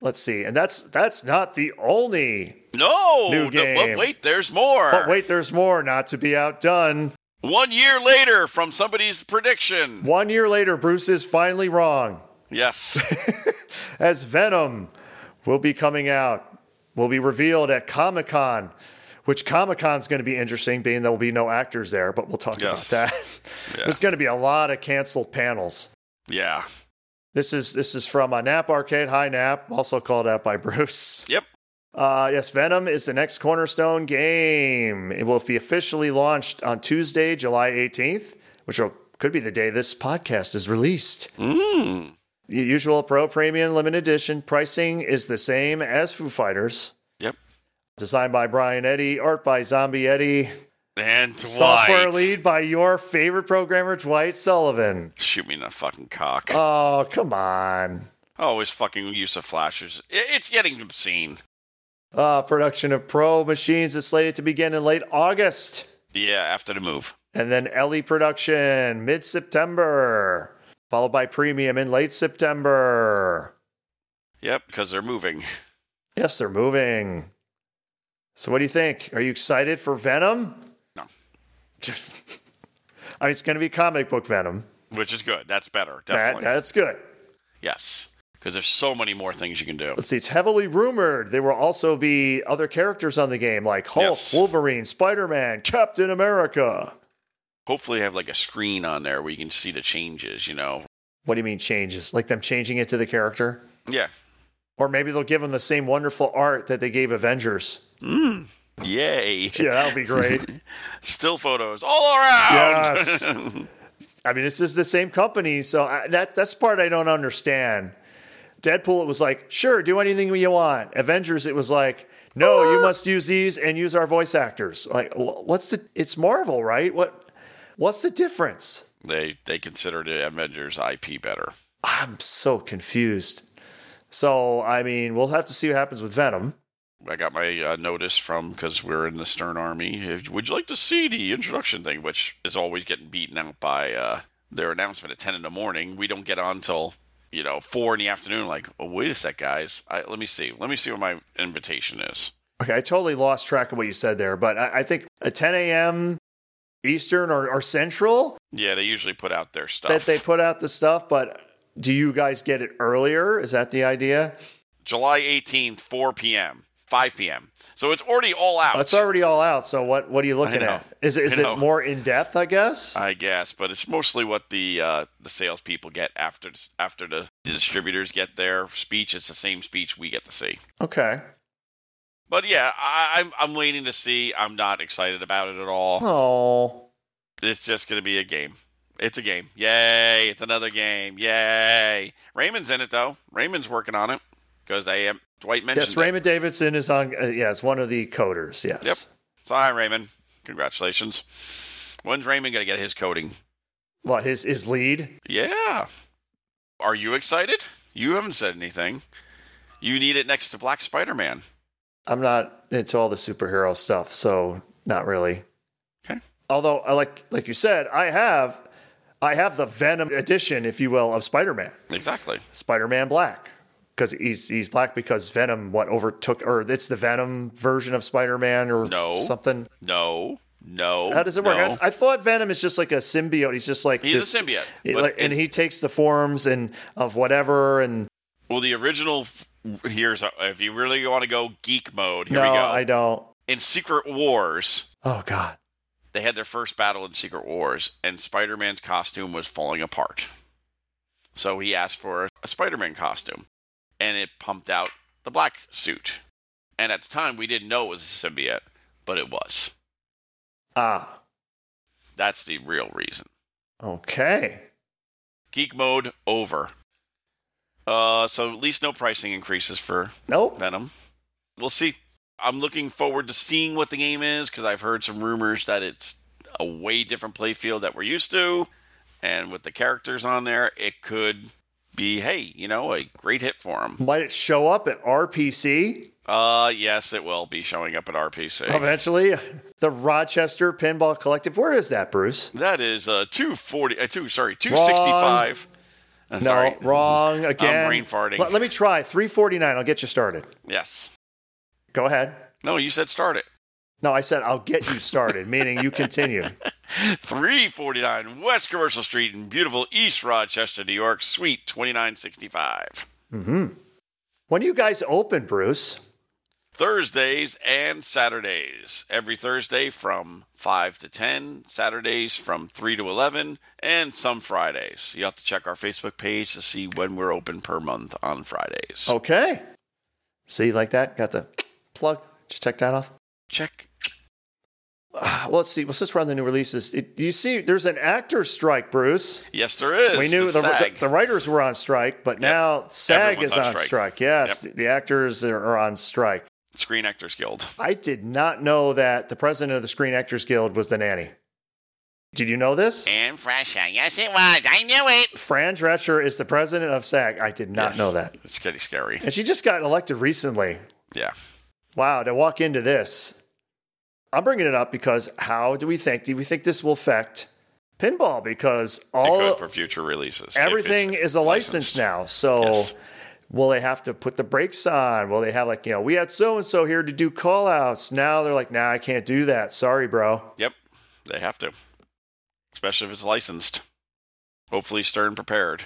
Speaker 3: Let's see. And that's that's not the only.
Speaker 4: No,
Speaker 3: New
Speaker 4: no,
Speaker 3: game.
Speaker 4: but wait, there's more.
Speaker 3: But wait, there's more. Not to be outdone.
Speaker 4: One year later from somebody's prediction.
Speaker 3: One year later, Bruce is finally wrong.
Speaker 4: Yes.
Speaker 3: As Venom will be coming out, will be revealed at Comic Con, which Comic Con's going to be interesting, being there will be no actors there. But we'll talk
Speaker 4: Yes.
Speaker 3: about that.
Speaker 4: Yeah.
Speaker 3: There's going to be a lot of canceled panels.
Speaker 4: yeah.
Speaker 3: This is this is from a Nap Arcade. Hi Nap, also called out by Bruce.
Speaker 4: Yep.
Speaker 3: Uh, yes, Venom is the next cornerstone game. It will be officially launched on Tuesday, July 18th, which will, could be the day this podcast is released.
Speaker 4: Mm.
Speaker 3: The usual Pro Premium Limited Edition pricing is the same as Foo Fighters.
Speaker 4: Yep.
Speaker 3: Designed by Brian Eddy, art by Zombie Eddy,
Speaker 4: And Dwight.
Speaker 3: software lead by your favorite programmer, Dwight Sullivan.
Speaker 4: Shoot me in the fucking cock.
Speaker 3: Oh, come on.
Speaker 4: oh, his fucking use of flashers. I- It's getting obscene.
Speaker 3: Uh, production of Pro Machines is slated to begin in late August,
Speaker 4: Yeah, after the move.
Speaker 3: and then Ellie production mid September, followed by Premium in late September.
Speaker 4: Yep, because they're moving.
Speaker 3: Yes, they're moving. So, what do you think? Are you excited for Venom?
Speaker 4: No.
Speaker 3: I mean, it's going to be comic book Venom.
Speaker 4: Which is good. That's better.
Speaker 3: That,
Speaker 4: Definitely.
Speaker 3: that's good.
Speaker 4: Yes. Because there's so many more things you can do.
Speaker 3: Let's see. It's heavily rumored there will also be other characters on the game, like Hulk,
Speaker 4: Yes.
Speaker 3: Wolverine, Spider Man, Captain America.
Speaker 4: Hopefully, have like a screen on there where you can see the changes, you know?
Speaker 3: What do you mean changes? Like them changing it to the character?
Speaker 4: Yeah.
Speaker 3: Or maybe they'll give them the same wonderful art that they gave Avengers.
Speaker 4: Yay.
Speaker 3: Yeah, that would be great.
Speaker 4: Still photos all around.
Speaker 3: Yes. I mean, this is the same company, so I, that that's the part I don't understand. Deadpool, it was like, sure, do anything you want. Avengers, it was like, no, you must use these and use our voice actors. Like, wh- what's the? It's Marvel, right? What? What's the difference?
Speaker 4: they they considered the Avengers IP better.
Speaker 3: I'm so confused. So, I mean, we'll have to see what happens with Venom.
Speaker 4: I got my uh, notice from because we're in the Stern Army. If- Would you like to see the introduction thing, which is always getting beaten out by uh, their announcement at ten in the morning? We don't get on till you know four in the afternoon. Like, oh wait a sec, guys. I, let me see. Let me see what my invitation is.
Speaker 3: Okay, I totally lost track of what you said there, but I, I think at 10 a.m. Eastern or, or Central
Speaker 4: Yeah, they usually put out their stuff.
Speaker 3: that they put out the stuff, but do you guys get it earlier? Is that the idea?
Speaker 4: July eighteenth, four p.m., five p.m. So it's already all out.
Speaker 3: It's already all out, so what what are you looking
Speaker 4: know.
Speaker 3: at? Is it- is
Speaker 4: I
Speaker 3: it
Speaker 4: know.
Speaker 3: more in depth? I guess.
Speaker 4: I guess, but it's mostly what the uh, the salespeople get after after the, the distributors get their speech. It's the same speech we get to see.
Speaker 3: okay.
Speaker 4: But yeah, I, I'm I'm waiting to see. I'm not excited about it at all.
Speaker 3: Oh,
Speaker 4: It's just going to be a game. It's a game. Yay! It's another game. Yay! Raymond's in it though. Raymond's working on it because they um, Dwight mentioned.
Speaker 3: yes. Raymond Davidson is on. Uh, yes, one of the coders. Yes.
Speaker 4: It. So hi, Raymond. Congratulations. When's Raymond going to get his coding?
Speaker 3: What his his lead?
Speaker 4: Yeah. Are you excited? You haven't said anything. You need it next to Black Spider Man.
Speaker 3: I'm not into all the superhero stuff, so not really.
Speaker 4: Okay.
Speaker 3: Although, I like like you said, I have I have the Venom edition, if you will, of Spider-Man,
Speaker 4: Exactly.
Speaker 3: Spider-Man Black, because he's he's black because Venom what overtook or it's the Venom version of Spider-Man or
Speaker 4: No.
Speaker 3: something.
Speaker 4: No. No.
Speaker 3: How does it work?
Speaker 4: no.
Speaker 3: I, I thought Venom is just like a symbiote. He's just like
Speaker 4: He's
Speaker 3: this-
Speaker 4: a symbiote.
Speaker 3: he-
Speaker 4: but
Speaker 3: like, and
Speaker 4: it-
Speaker 3: he takes the forms and of whatever and
Speaker 4: well, the original. f- Here's a- if you really want to go geek mode. Here
Speaker 3: no,
Speaker 4: we go.
Speaker 3: I don't.
Speaker 4: In Secret Wars,
Speaker 3: Oh God.
Speaker 4: they had their first battle in Secret Wars, and Spider Man's costume was falling apart. So he asked for a Spider Man costume, and it pumped out the black suit. And at the time, we didn't know it was a symbiote, but it was.
Speaker 3: Ah.
Speaker 4: That's the real reason.
Speaker 3: Okay.
Speaker 4: Geek mode over. Uh, so at least no pricing increases for
Speaker 3: Nope.
Speaker 4: Venom. We'll see. I'm looking forward to seeing what the game is because I've heard some rumors that it's a way different playfield that we're used to, and with the characters on there, it could be, hey, you know, a great hit for him.
Speaker 3: Might it show up at RPC
Speaker 4: Uh, yes, it will be showing up at RPC.
Speaker 3: eventually? The Rochester Pinball Collective. Where is that, Bruce?
Speaker 4: That is uh, 240, uh, two, sorry, 265. I'm
Speaker 3: No,
Speaker 4: sorry.
Speaker 3: wrong again.
Speaker 4: brain farting.
Speaker 3: Let, let me try 349. I'll get you started.
Speaker 4: Yes.
Speaker 3: Go ahead.
Speaker 4: No, you said start it.
Speaker 3: No, I said I'll get you started, meaning you continue.
Speaker 4: 349 West Commercial Street in beautiful East Rochester, New York, Suite 2965.
Speaker 3: When do you guys open, Bruce?
Speaker 4: Thursdays and Saturdays. Every Thursday from 5 to 10, Saturdays from 3 to 11, and some Fridays. You have to check our Facebook page to see when we're open per month on Fridays.
Speaker 3: Okay. See, like that? Got the plug. Just check that off.
Speaker 4: Check.
Speaker 3: Ah, Well, let's see. Well, since we're on the new releases, it, you see, there's an actor strike, Bruce.
Speaker 4: Yes, there is.
Speaker 3: we knew the, the,
Speaker 4: SAG.
Speaker 3: the writers were on strike, but now SAG
Speaker 4: Everyone's
Speaker 3: is
Speaker 4: on
Speaker 3: on strike.
Speaker 4: strike.
Speaker 3: Yes,
Speaker 4: Yep.
Speaker 3: the, the actors are, are on strike.
Speaker 4: Screen Actors Guild.
Speaker 3: I did not know that the president of the Screen Actors Guild was the nanny. Did you know this?
Speaker 2: And fresher. Yes, it was. I knew it.
Speaker 3: Fran Drescher is the president of SAG. I did not
Speaker 4: Yes.
Speaker 3: know that.
Speaker 4: It's getting scary.
Speaker 3: And she just got elected recently.
Speaker 4: Yeah.
Speaker 3: Wow, to walk into this. I'm bringing it up because how do we think? Do we think this will affect pinball? Because
Speaker 4: All
Speaker 3: all
Speaker 4: for future releases. if
Speaker 3: everything
Speaker 4: it's
Speaker 3: is a license
Speaker 4: licensed.
Speaker 3: now. So
Speaker 4: Yes.
Speaker 3: will they have to put the brakes on? Will they have like, you know, we had so and so here to do call outs. Now they're like, nah, I can't do that. Sorry, bro.
Speaker 4: Yep, they have to, especially if it's licensed. Hopefully, Stern prepared,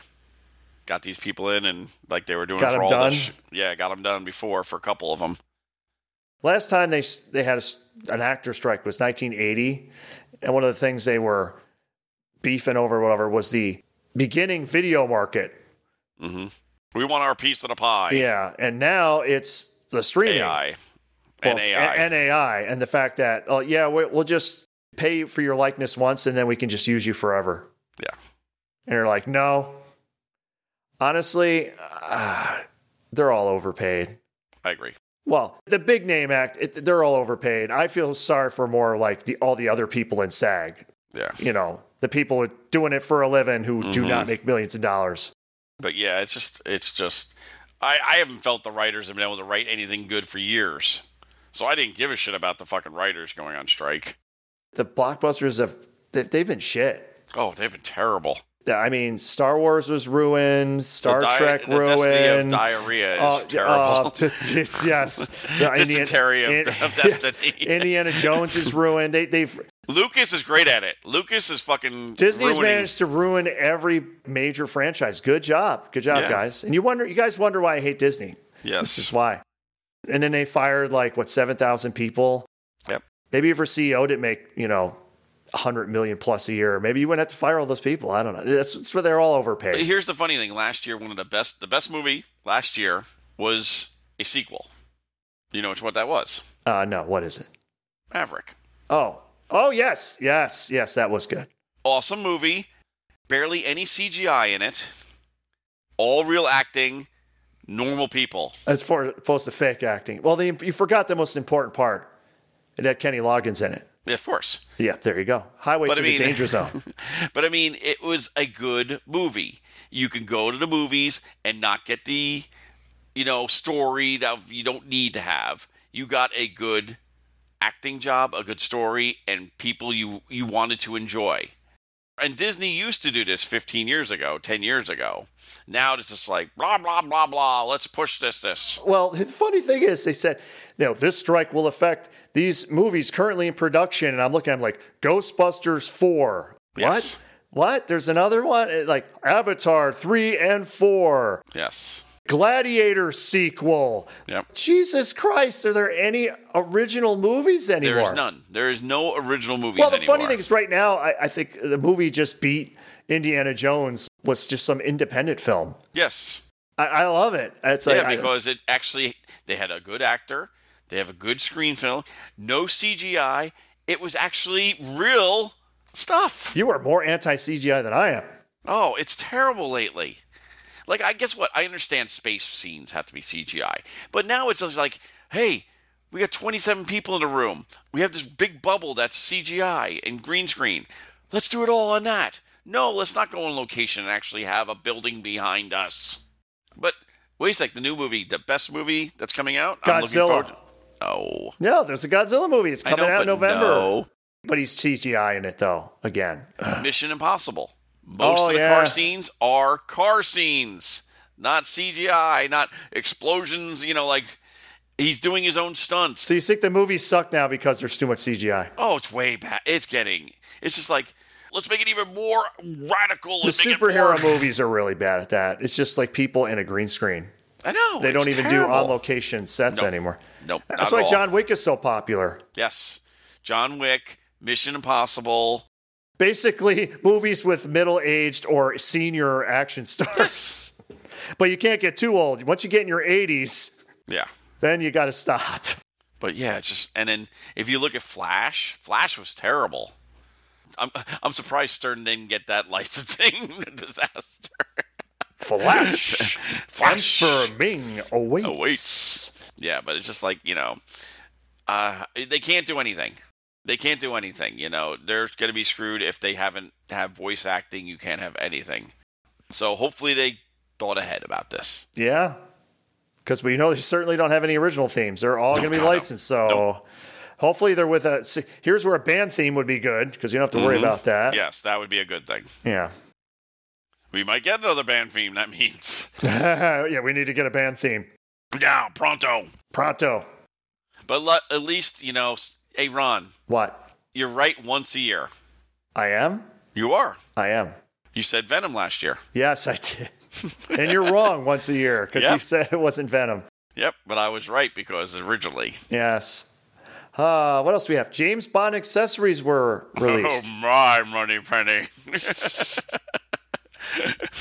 Speaker 4: got these people in, and like they were doing
Speaker 3: Got
Speaker 4: for
Speaker 3: 'em
Speaker 4: all
Speaker 3: done?
Speaker 4: this. Sh- yeah, got them done before for a couple of them.
Speaker 3: Last time they s- they had a s an actor strike was 1980, and one of the things they were beefing over whatever was the beginning video market.
Speaker 4: hmm We want our piece of the pie.
Speaker 3: Yeah, and now it's the streaming
Speaker 4: AI
Speaker 3: Well,
Speaker 4: and AI.
Speaker 3: a- and AI, and the fact that oh yeah, we- we'll just pay for your likeness once, and then we can just use you forever.
Speaker 4: yeah,
Speaker 3: And you're like, no. Honestly, ah, they're all overpaid.
Speaker 4: I agree.
Speaker 3: Well, the big name act, it, they're all overpaid. I feel sorry for more like the all the other people in SAG.
Speaker 4: Yeah,
Speaker 3: You know, the people doing it for a living who do
Speaker 4: Mhm.
Speaker 3: not make millions of dollars.
Speaker 4: but yeah, it's just, it's just. I, I haven't felt the writers have been able to write anything good for years, so I didn't give a shit about the fucking writers going on strike.
Speaker 3: The blockbusters have they- they've been shit.
Speaker 4: Oh, they've been terrible.
Speaker 3: I mean, Star Wars was ruined. Star
Speaker 4: the di-
Speaker 3: Trek
Speaker 4: the destiny of
Speaker 3: ruined.
Speaker 4: diarrhea is
Speaker 3: Uh,
Speaker 4: terrible.
Speaker 3: uh, t- t- it's- yes,
Speaker 4: Dysentery of-
Speaker 3: Ind-
Speaker 4: of destiny.
Speaker 3: yes. Indiana Jones is ruined. They, they've
Speaker 4: Lucas is great at it. Lucas is fucking
Speaker 3: Disney's
Speaker 4: ruining-
Speaker 3: managed to ruin every major franchise. Good job, good job,
Speaker 4: Yeah.
Speaker 3: guys. And you wonder, you guys wonder why I hate Disney. This
Speaker 4: Yes,
Speaker 3: is why. And then they fired like what seven thousand people.
Speaker 4: Yep.
Speaker 3: Maybe if your CEO didn't make you know hundred million plus a year, maybe you wouldn't have to fire all those people. I don't know. That's, that's where they're all overpaid.
Speaker 4: here's the funny thing. Last year, one of the best, the best movie last year was a sequel. You know which what that was?
Speaker 3: Uh, no, what is it?
Speaker 4: Maverick.
Speaker 3: Oh, oh yes, yes, yes. That was good.
Speaker 4: Awesome movie. Barely any CGI in it. All real acting. Normal people.
Speaker 3: As far as opposed to fake acting. Well, the, you forgot the most important part. It had Kenny Loggins in it.
Speaker 4: Yeah, of course.
Speaker 3: Yeah, there you go. Highway
Speaker 4: But
Speaker 3: to
Speaker 4: I
Speaker 3: the
Speaker 4: mean-
Speaker 3: danger zone.
Speaker 4: But I mean, it was a good movie. You can go to the movies and not get the, you know, story that you don't need to have. You got a good acting job, a good story, and people you you wanted to enjoy. And Disney used to do this 15 years ago, 10 years ago. Now it's just like blah blah blah blah. Let's push this this.
Speaker 3: Well, the funny thing is, they said, you know, this strike will affect these movies currently in production. And I'm looking, I'm like, Ghostbusters 4.
Speaker 4: Yes.
Speaker 3: What? What? There's another one? It- Like Avatar 3 and 4,
Speaker 4: Yes.
Speaker 3: Gladiator sequel.
Speaker 4: Yep.
Speaker 3: Jesus Christ, are there any original movies anymore?
Speaker 4: There is none. There is no original movies
Speaker 3: Well, the
Speaker 4: anymore.
Speaker 3: funny thing is, right now, I, I think the movie just beat Indiana Jones was just some independent film.
Speaker 4: yes.
Speaker 3: I, I love it. It's like,
Speaker 4: yeah,
Speaker 3: I-
Speaker 4: because it actually they had a good actor, they have a good screen film, no CGI. It was actually real stuff.
Speaker 3: you are more anti CGI than I am.
Speaker 4: Oh, it's terrible lately. Like I guess what I understand space scenes have to be CGI, but now it's just like, hey, we got 27 people in a room. We have this big bubble that's CGI and green screen. Let's do it all on that. no, let's not go on location and actually have a building behind us. But wait a sec, the new movie, the best movie that's coming out?
Speaker 3: Godzilla.
Speaker 4: to- No.
Speaker 3: No, there's a Godzilla movie. It's
Speaker 4: I
Speaker 3: coming
Speaker 4: know,
Speaker 3: out
Speaker 4: but
Speaker 3: in November.
Speaker 4: no.
Speaker 3: But he's CGI in it though. Again,
Speaker 4: Mission Impossible. Most
Speaker 3: Oh,
Speaker 4: of the
Speaker 3: yeah.
Speaker 4: car scenes are car scenes, not CGI, not explosions, you know, like he's doing his own stunts.
Speaker 3: so you think the movies suck now because there's too much CGI?
Speaker 4: Oh, it's way bad. It's getting. It's just like let's make it even more radical.
Speaker 3: The
Speaker 4: and make
Speaker 3: superhero
Speaker 4: It more,
Speaker 3: movies are really bad at that. It's just like people in a green screen.
Speaker 4: I know
Speaker 3: They
Speaker 4: Oh, it's
Speaker 3: don't even do
Speaker 4: terrible.
Speaker 3: on location sets
Speaker 4: Nope.
Speaker 3: anymore.
Speaker 4: Nope. not
Speaker 3: That's
Speaker 4: at
Speaker 3: why
Speaker 4: all.
Speaker 3: John Wick is so popular.
Speaker 4: Yes, John Wick, Mission Impossible.
Speaker 3: Basically, movies with middle aged or senior action stars. but you can't get too old. Once you get in your 80s,
Speaker 4: Yeah,
Speaker 3: then you got to stop.
Speaker 4: but yeah, it's just and then if you look at Flash, Flash was terrible. I'm I'm surprised Stern didn't get that licensing disaster.
Speaker 3: Flash.
Speaker 4: Flash.
Speaker 3: Emperor Ming awaits.
Speaker 4: Awaits. Yeah, but it's just like you know, uh, they can't do anything. They can't do anything. You know, they're going to be screwed if they haven't have voice acting. You can't have anything. So hopefully they thought ahead about this.
Speaker 3: Yeah. Because we know they certainly don't have any original themes. They're all going to be
Speaker 4: God, no.
Speaker 3: licensed. So hopefully they're with a. see, here's where a band theme would be good because you don't have to worry
Speaker 4: Mhm.
Speaker 3: about that.
Speaker 4: Yes, that would be a good thing.
Speaker 3: Yeah.
Speaker 4: We might get another band theme. That means
Speaker 3: yeah, we need to get a band theme.
Speaker 4: now pronto.
Speaker 3: Pronto.
Speaker 4: But le- at least you know, s- hey Ron,
Speaker 3: What?
Speaker 4: you're right once a year.
Speaker 3: I am?
Speaker 4: You are.
Speaker 3: I am.
Speaker 4: You said Venom last year.
Speaker 3: Yes, I did. and you're wrong once a year because
Speaker 4: Yeah.
Speaker 3: you said it wasn't Venom.
Speaker 4: Yep, but I was right because originally.
Speaker 3: Yes. Uh, what else do we have? James Bond accessories were released.
Speaker 4: Oh my money penny.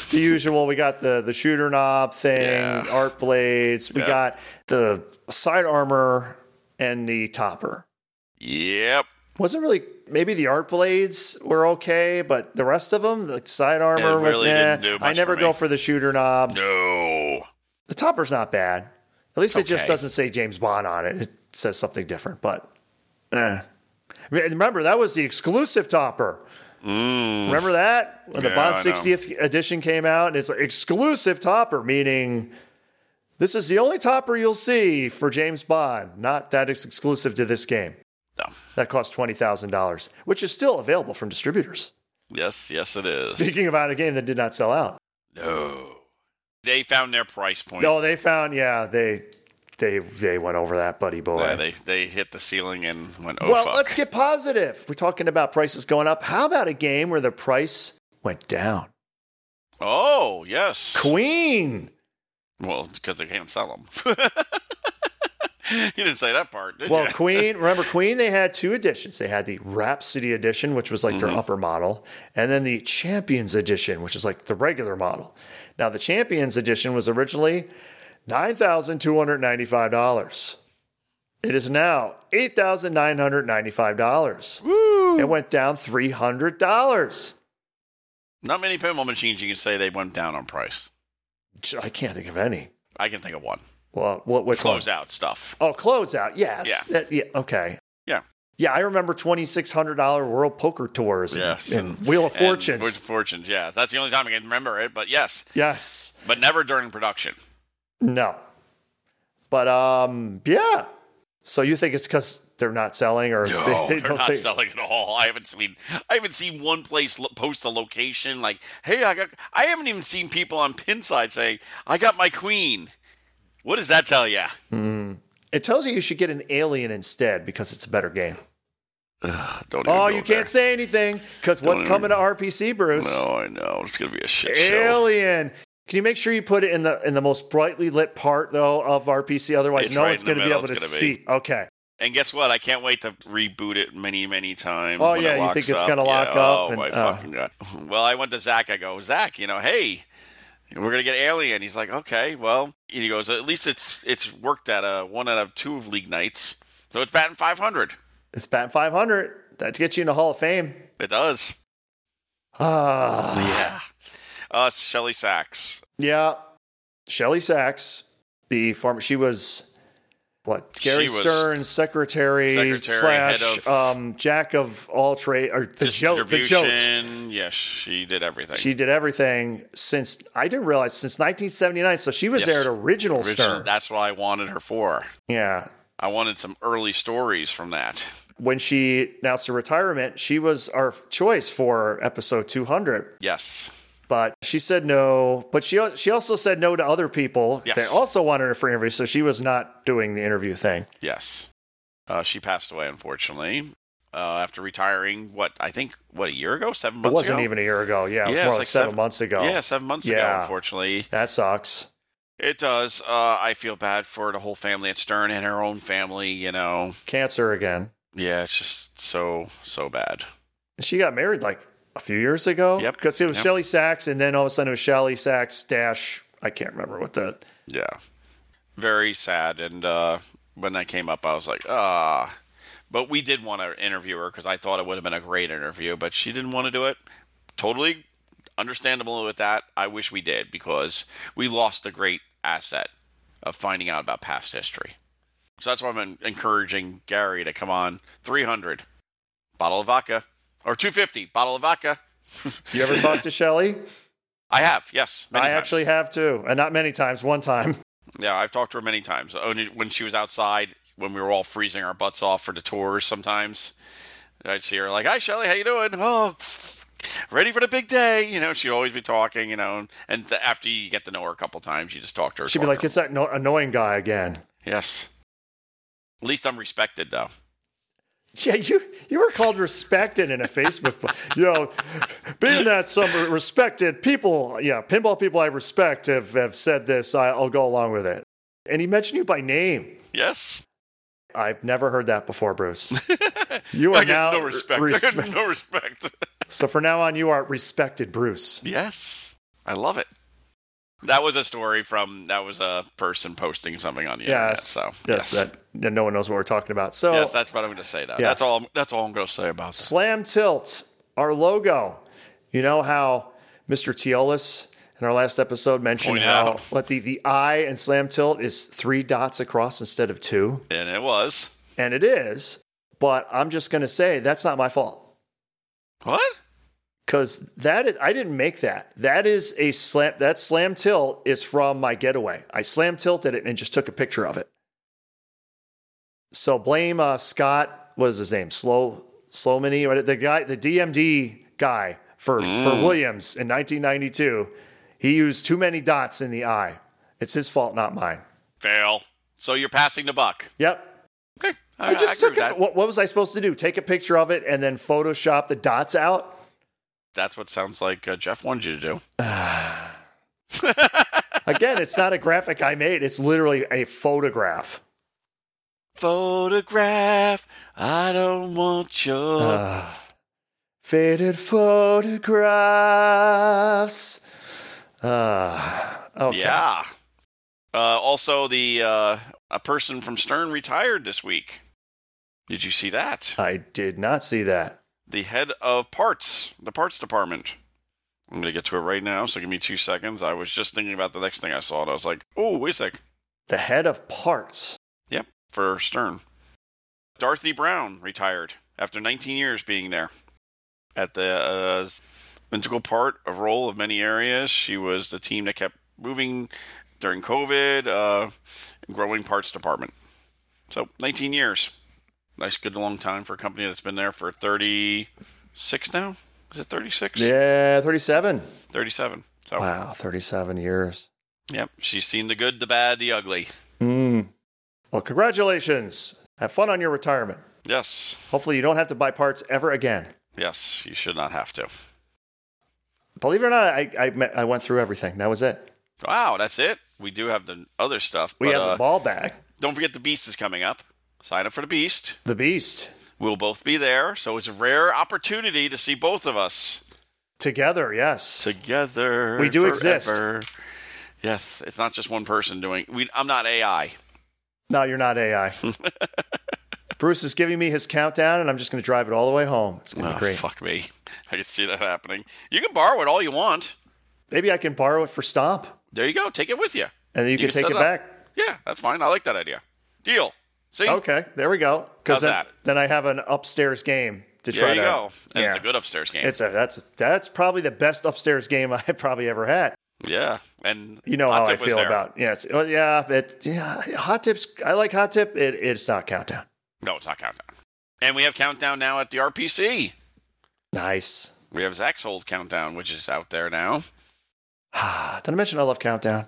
Speaker 3: the usual. We got the the shooter knob thing,
Speaker 4: Yeah.
Speaker 3: art blades. We
Speaker 4: Yeah.
Speaker 3: got the side armor and the topper.
Speaker 4: yep.
Speaker 3: Wasn't really. Maybe the art blades were okay, but the rest of them, the side armor was.
Speaker 4: really
Speaker 3: nah.
Speaker 4: didn't do
Speaker 3: I
Speaker 4: much
Speaker 3: never
Speaker 4: for
Speaker 3: go
Speaker 4: me.
Speaker 3: for the shooter knob.
Speaker 4: No.
Speaker 3: The topper's not bad. At least it just
Speaker 4: Okay.
Speaker 3: doesn't say James Bond on it. It says something different, but eh. I mean, remember that was the exclusive topper.
Speaker 4: Mm.
Speaker 3: Remember that when the
Speaker 4: Yeah,
Speaker 3: Bond
Speaker 4: I know.
Speaker 3: 60th edition came out, and it's like exclusive topper, meaning this is the only topper you'll see for James Bond. Not that it's exclusive to this game.
Speaker 4: No.
Speaker 3: That cost twenty thousand dollars, which is still available from distributors.
Speaker 4: Yes, yes, it is.
Speaker 3: Speaking about a game that did not sell out.
Speaker 4: no. They found their price point.
Speaker 3: No, they found yeah they they they went over that, buddy boy.
Speaker 4: Yeah, they they hit the ceiling and went. Oh
Speaker 3: well,
Speaker 4: fuck.
Speaker 3: let's get positive. We're talking about prices going up. How about a game where the price went down?
Speaker 4: oh yes.
Speaker 3: Queen.
Speaker 4: well, because they can't sell them. you didn't say that part, did
Speaker 3: Well,
Speaker 4: you?
Speaker 3: Queen, remember Queen, they had two editions. They had the Rhapsody edition, which was like their upper model, and then the Champions edition, which is like the regular model. Now, the Champions edition was originally $9,295. It is now $8,995. It went down $300.
Speaker 4: Not many pinball machines you can say they went down on price.
Speaker 3: I can't think of any.
Speaker 4: I can think of one.
Speaker 3: Well, what which one?
Speaker 4: Close out stuff.
Speaker 3: Oh, closeout. Yes. That- yeah, Okay.
Speaker 4: Yeah.
Speaker 3: Yeah, I remember twenty six hundred dollar World Poker Tours. and-
Speaker 4: Yes,
Speaker 3: And,
Speaker 4: and-
Speaker 3: Wheel of
Speaker 4: And
Speaker 3: Fortunes.
Speaker 4: Wheel of Fortunes. Yeah, that's the only time I can remember it. But yes,
Speaker 3: yes.
Speaker 4: but never during production.
Speaker 3: No. But um, yeah. So you think it's because they're not selling, or
Speaker 4: No,
Speaker 3: they,
Speaker 4: they,
Speaker 3: they
Speaker 4: are
Speaker 3: don't
Speaker 4: not
Speaker 3: think?
Speaker 4: selling at all. I haven't seen. I haven't seen one place lo- post a location like, "Hey, I got." I haven't even seen people on Pinside saying, "I got my queen." What does that tell you?
Speaker 3: It tells you you should get an Alien instead because it's a better game.
Speaker 4: Don't. Even
Speaker 3: Oh,
Speaker 4: go
Speaker 3: you
Speaker 4: there.
Speaker 3: can't say anything because what's
Speaker 4: Don't
Speaker 3: coming to RPC, Bruce?
Speaker 4: No, I know it's gonna be a shit show.
Speaker 3: Alien. Can you make sure you put it in the in the most brightly lit part though of RPC? Otherwise,
Speaker 4: It's
Speaker 3: no
Speaker 4: right
Speaker 3: one's
Speaker 4: in the
Speaker 3: going to be
Speaker 4: middle,
Speaker 3: able to
Speaker 4: it's gonna
Speaker 3: see.
Speaker 4: be.
Speaker 3: Okay.
Speaker 4: And guess what? I can't wait to reboot it many, many times.
Speaker 3: Oh,
Speaker 4: when
Speaker 3: yeah,
Speaker 4: it
Speaker 3: you
Speaker 4: locks
Speaker 3: think it's
Speaker 4: up.
Speaker 3: gonna
Speaker 4: Yeah,
Speaker 3: lock up
Speaker 4: Oh
Speaker 3: and-
Speaker 4: my
Speaker 3: oh.
Speaker 4: fucking god! Well, I went to Zach. I go, Zach, you know, hey, we're gonna get Alien. He's like, okay, well, and he goes, at least it's it's worked at a one out of two of league nights, so it's batting five hundred.
Speaker 3: It's batting 500. That gets you in the Hall of Fame.
Speaker 4: It does.
Speaker 3: Ah,
Speaker 4: Yeah. Us, Shelly Sachs.
Speaker 3: yeah. Shelly Sachs, the former, she was what Gary
Speaker 4: She was
Speaker 3: Stern, secretary,
Speaker 4: secretary,
Speaker 3: slash
Speaker 4: head of-
Speaker 3: um, jack of all trade, or the joke, the joke.
Speaker 4: distribution. Yes, she did everything.
Speaker 3: She did everything since I didn't realize since 1979. So she was
Speaker 4: Yes.
Speaker 3: there at original,
Speaker 4: Originally,
Speaker 3: Stern.
Speaker 4: That's what I wanted her for.
Speaker 3: yeah,
Speaker 4: I wanted some early stories from that.
Speaker 3: when she announced her retirement, she was our choice for episode 200.
Speaker 4: Yes.
Speaker 3: but she said no. But she she also said no to other people
Speaker 4: Yes.
Speaker 3: that also wanted her for interview, so she was not doing the interview thing.
Speaker 4: Yes. Uh, she passed away, unfortunately, uh, after retiring, what, I think, what, a year ago? Seven
Speaker 3: It
Speaker 4: months
Speaker 3: wasn't
Speaker 4: ago?
Speaker 3: even a year ago. Yeah, it was
Speaker 4: Yeah,
Speaker 3: more
Speaker 4: it's
Speaker 3: like,
Speaker 4: like
Speaker 3: seven,
Speaker 4: seven-
Speaker 3: months ago.
Speaker 4: Yeah, seven months ago,
Speaker 3: Yeah.
Speaker 4: unfortunately.
Speaker 3: that sucks.
Speaker 4: It does. Uh, I feel bad for the whole family at Stern and her own family, you know.
Speaker 3: Cancer again.
Speaker 4: Yeah, it's just so, so bad.
Speaker 3: She got married like a few years ago.
Speaker 4: Yep.
Speaker 3: because it was
Speaker 4: Yep.
Speaker 3: Shelley Sachs, and then all of a sudden it was Shelley Sachs dash. I can't remember what that.
Speaker 4: Yeah. Very sad. And uh, when that came up, I was like, ah. But we did want to interview her because I thought it would have been a great interview, but she didn't want to do it. Totally understandable with that. I wish we did because we lost a great asset of finding out about past history. So that's why I'm en- encouraging Gary to come on 300 bottle of vodka or 250 bottle of vodka.
Speaker 3: You ever talk to Shelley?
Speaker 4: I have, yes. many
Speaker 3: I
Speaker 4: times.
Speaker 3: actually have too, and not many times. One time.
Speaker 4: Yeah, I've talked to her many times. Only when she was outside, when we were all freezing our butts off for the tours, sometimes I'd see her like, "Hi, Shelly, how you doing? Oh, ready for the big day?" You know, she'd always be talking. You know, and, and th- after you get to know her a couple times, you just talk to her.
Speaker 3: She'd be
Speaker 4: talk
Speaker 3: like,
Speaker 4: to her.
Speaker 3: "It's that no- annoying guy again."
Speaker 4: "Yes." At least I'm respected, though.
Speaker 3: Yeah, you you were called respected in a Facebook. po- you know, being that some respected people, yeah, pinball people I respect have, have said this, I, I'll go along with it. And he mentioned you by name.
Speaker 4: Yes,
Speaker 3: I've never heard that before, Bruce. You
Speaker 4: I
Speaker 3: are
Speaker 4: get
Speaker 3: now
Speaker 4: no respect. I
Speaker 3: respe-
Speaker 4: get no respect.
Speaker 3: so from now on, you are respected, Bruce.
Speaker 4: yes, I love it. That was a story from that was a person posting something on the internet.
Speaker 3: Yes,
Speaker 4: So
Speaker 3: yes, That, that no one knows what we're talking about. So
Speaker 4: yes, that's what I'm going to say. Now.
Speaker 3: Yeah.
Speaker 4: That's all. That's all I'm going to say about that.
Speaker 3: Slam Tilt, our logo. You know how Mr. Teolis in our last episode mentioned
Speaker 4: Pointed
Speaker 3: how
Speaker 4: out.
Speaker 3: what the, the I in Slam Tilt is three dots across instead of two.
Speaker 4: And it was
Speaker 3: And it is, but I'm just gonna say that's not my fault.
Speaker 4: what?
Speaker 3: Cause that is I didn't make that. That is a slam that slam tilt is from my getaway. I slam tilted it and just took a picture of it. So blame uh, Scott, what is his name? Slow Slowmany, right? The guy, the DMD guy for
Speaker 4: Mm.
Speaker 3: for Williams in 1992. He used too many dots in the eye. It's his fault, not mine.
Speaker 4: Fail. So you're passing the buck.
Speaker 3: Yep.
Speaker 4: Okay. I,
Speaker 3: I just took
Speaker 4: agree with
Speaker 3: a,
Speaker 4: that.
Speaker 3: what, what was I supposed to do? Take a picture of it and then Photoshop the dots out?
Speaker 4: That's what sounds like uh, Jeff wanted you to do.
Speaker 3: Again, it's not a graphic I made. It's literally a photograph.
Speaker 4: Photograph. I don't want your.
Speaker 3: Uh, Faded photographs. Uh, okay.
Speaker 4: Yeah. Uh, also, the uh, a person from Stern retired this week. Did you see that?
Speaker 3: I did not see that.
Speaker 4: the head of parts, the parts department. I'm gonna get to it right now, so give me two seconds. I was just thinking about the next thing I saw, and I was like, "Oh, wait a sec."
Speaker 3: The head of parts.
Speaker 4: Yep, for Stern. Dorothy Brown retired after 19 years being there. At the uh, integral part of role of many areas, she was the team that kept moving during COVID, uh, growing parts department. So 19 years, nice, good, long time for a company that's been there for 36 now. Is it 36?
Speaker 3: Yeah, 37.
Speaker 4: 37. So,
Speaker 3: Wow, 37 years.
Speaker 4: yep, she's seen the good, the bad, the ugly.
Speaker 3: Mm. Well, congratulations. Have fun on your retirement.
Speaker 4: Yes,
Speaker 3: Hopefully, you don't have to buy parts ever again.
Speaker 4: yes, you should not have to.
Speaker 3: Believe it or not, I, I, met, I went through everything. That was it.
Speaker 4: Wow, that's it. We do have the other stuff.
Speaker 3: We
Speaker 4: but,
Speaker 3: have
Speaker 4: uh,
Speaker 3: the ball bag,
Speaker 4: don't forget the Beast is coming up. Sign up for the Beast.
Speaker 3: the beast,
Speaker 4: We'll both be there, so it's a rare opportunity to see both of us
Speaker 3: together. Yes.
Speaker 4: together.
Speaker 3: We do
Speaker 4: forever.
Speaker 3: exist.
Speaker 4: Yes, it's not just one person doing. We, I'm not AI.
Speaker 3: No, you're not AI. Bruce is giving me his countdown, and I'm just going to drive it all the way home. It's going to
Speaker 4: Oh,
Speaker 3: be great.
Speaker 4: fuck me. I can see that happening. You can borrow it all you want.
Speaker 3: Maybe I can borrow it for Stomp,
Speaker 4: There you go. Take it with you.
Speaker 3: and then you, can,
Speaker 4: can
Speaker 3: take
Speaker 4: set
Speaker 3: it
Speaker 4: up.
Speaker 3: back.
Speaker 4: Yeah, that's fine. I like that idea. Deal. See?
Speaker 3: Okay, there we go.
Speaker 4: How's
Speaker 3: Because then,
Speaker 4: that?
Speaker 3: then I have an upstairs game to
Speaker 4: There
Speaker 3: try
Speaker 4: you
Speaker 3: to.
Speaker 4: go. And it's
Speaker 3: yeah.
Speaker 4: a good upstairs game.
Speaker 3: It's a that's that's probably the best upstairs game I probably ever had.
Speaker 4: yeah. And
Speaker 3: You know
Speaker 4: Hot
Speaker 3: how I
Speaker 4: Tip was
Speaker 3: feel
Speaker 4: there.
Speaker 3: about yes, oh, yeah, it, yeah. Hot tips. I like hot tip. It, it's not countdown.
Speaker 4: No, it's not countdown. And we have countdown now at the RPC.
Speaker 3: Nice.
Speaker 4: We have Zach's old countdown, which is out there now.
Speaker 3: Did I mention I love countdown?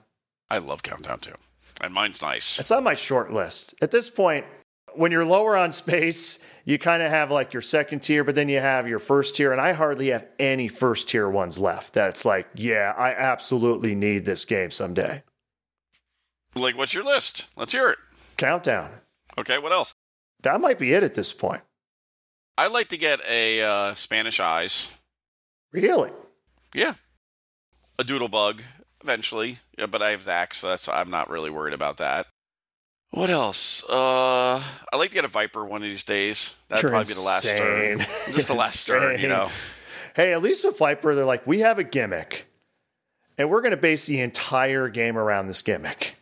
Speaker 4: I love countdown too. And mine's nice.
Speaker 3: It's on my short list. At this point, when you're lower on space, you kind of have like your second tier, but then you have your first tier. And I hardly have any first tier ones left that's like, yeah, I absolutely need this game someday.
Speaker 4: Like, what's your list? Let's hear it.
Speaker 3: Countdown.
Speaker 4: Okay, what else?
Speaker 3: That might be it at this point.
Speaker 4: I'd like to get a uh, Spanish Eyes.
Speaker 3: Really?
Speaker 4: Yeah. A doodle bug eventually. Yeah, but I have Zach, so that's I'm not really worried about that. What else? Uh I like to get a Viper one of these days. That'd
Speaker 3: You're
Speaker 4: probably be the last turn.
Speaker 3: insane.
Speaker 4: Just the last turn, you
Speaker 3: Insane.
Speaker 4: know.
Speaker 3: Hey, at least with Viper, they're like, we have a gimmick, and we're going to base the entire game around this gimmick,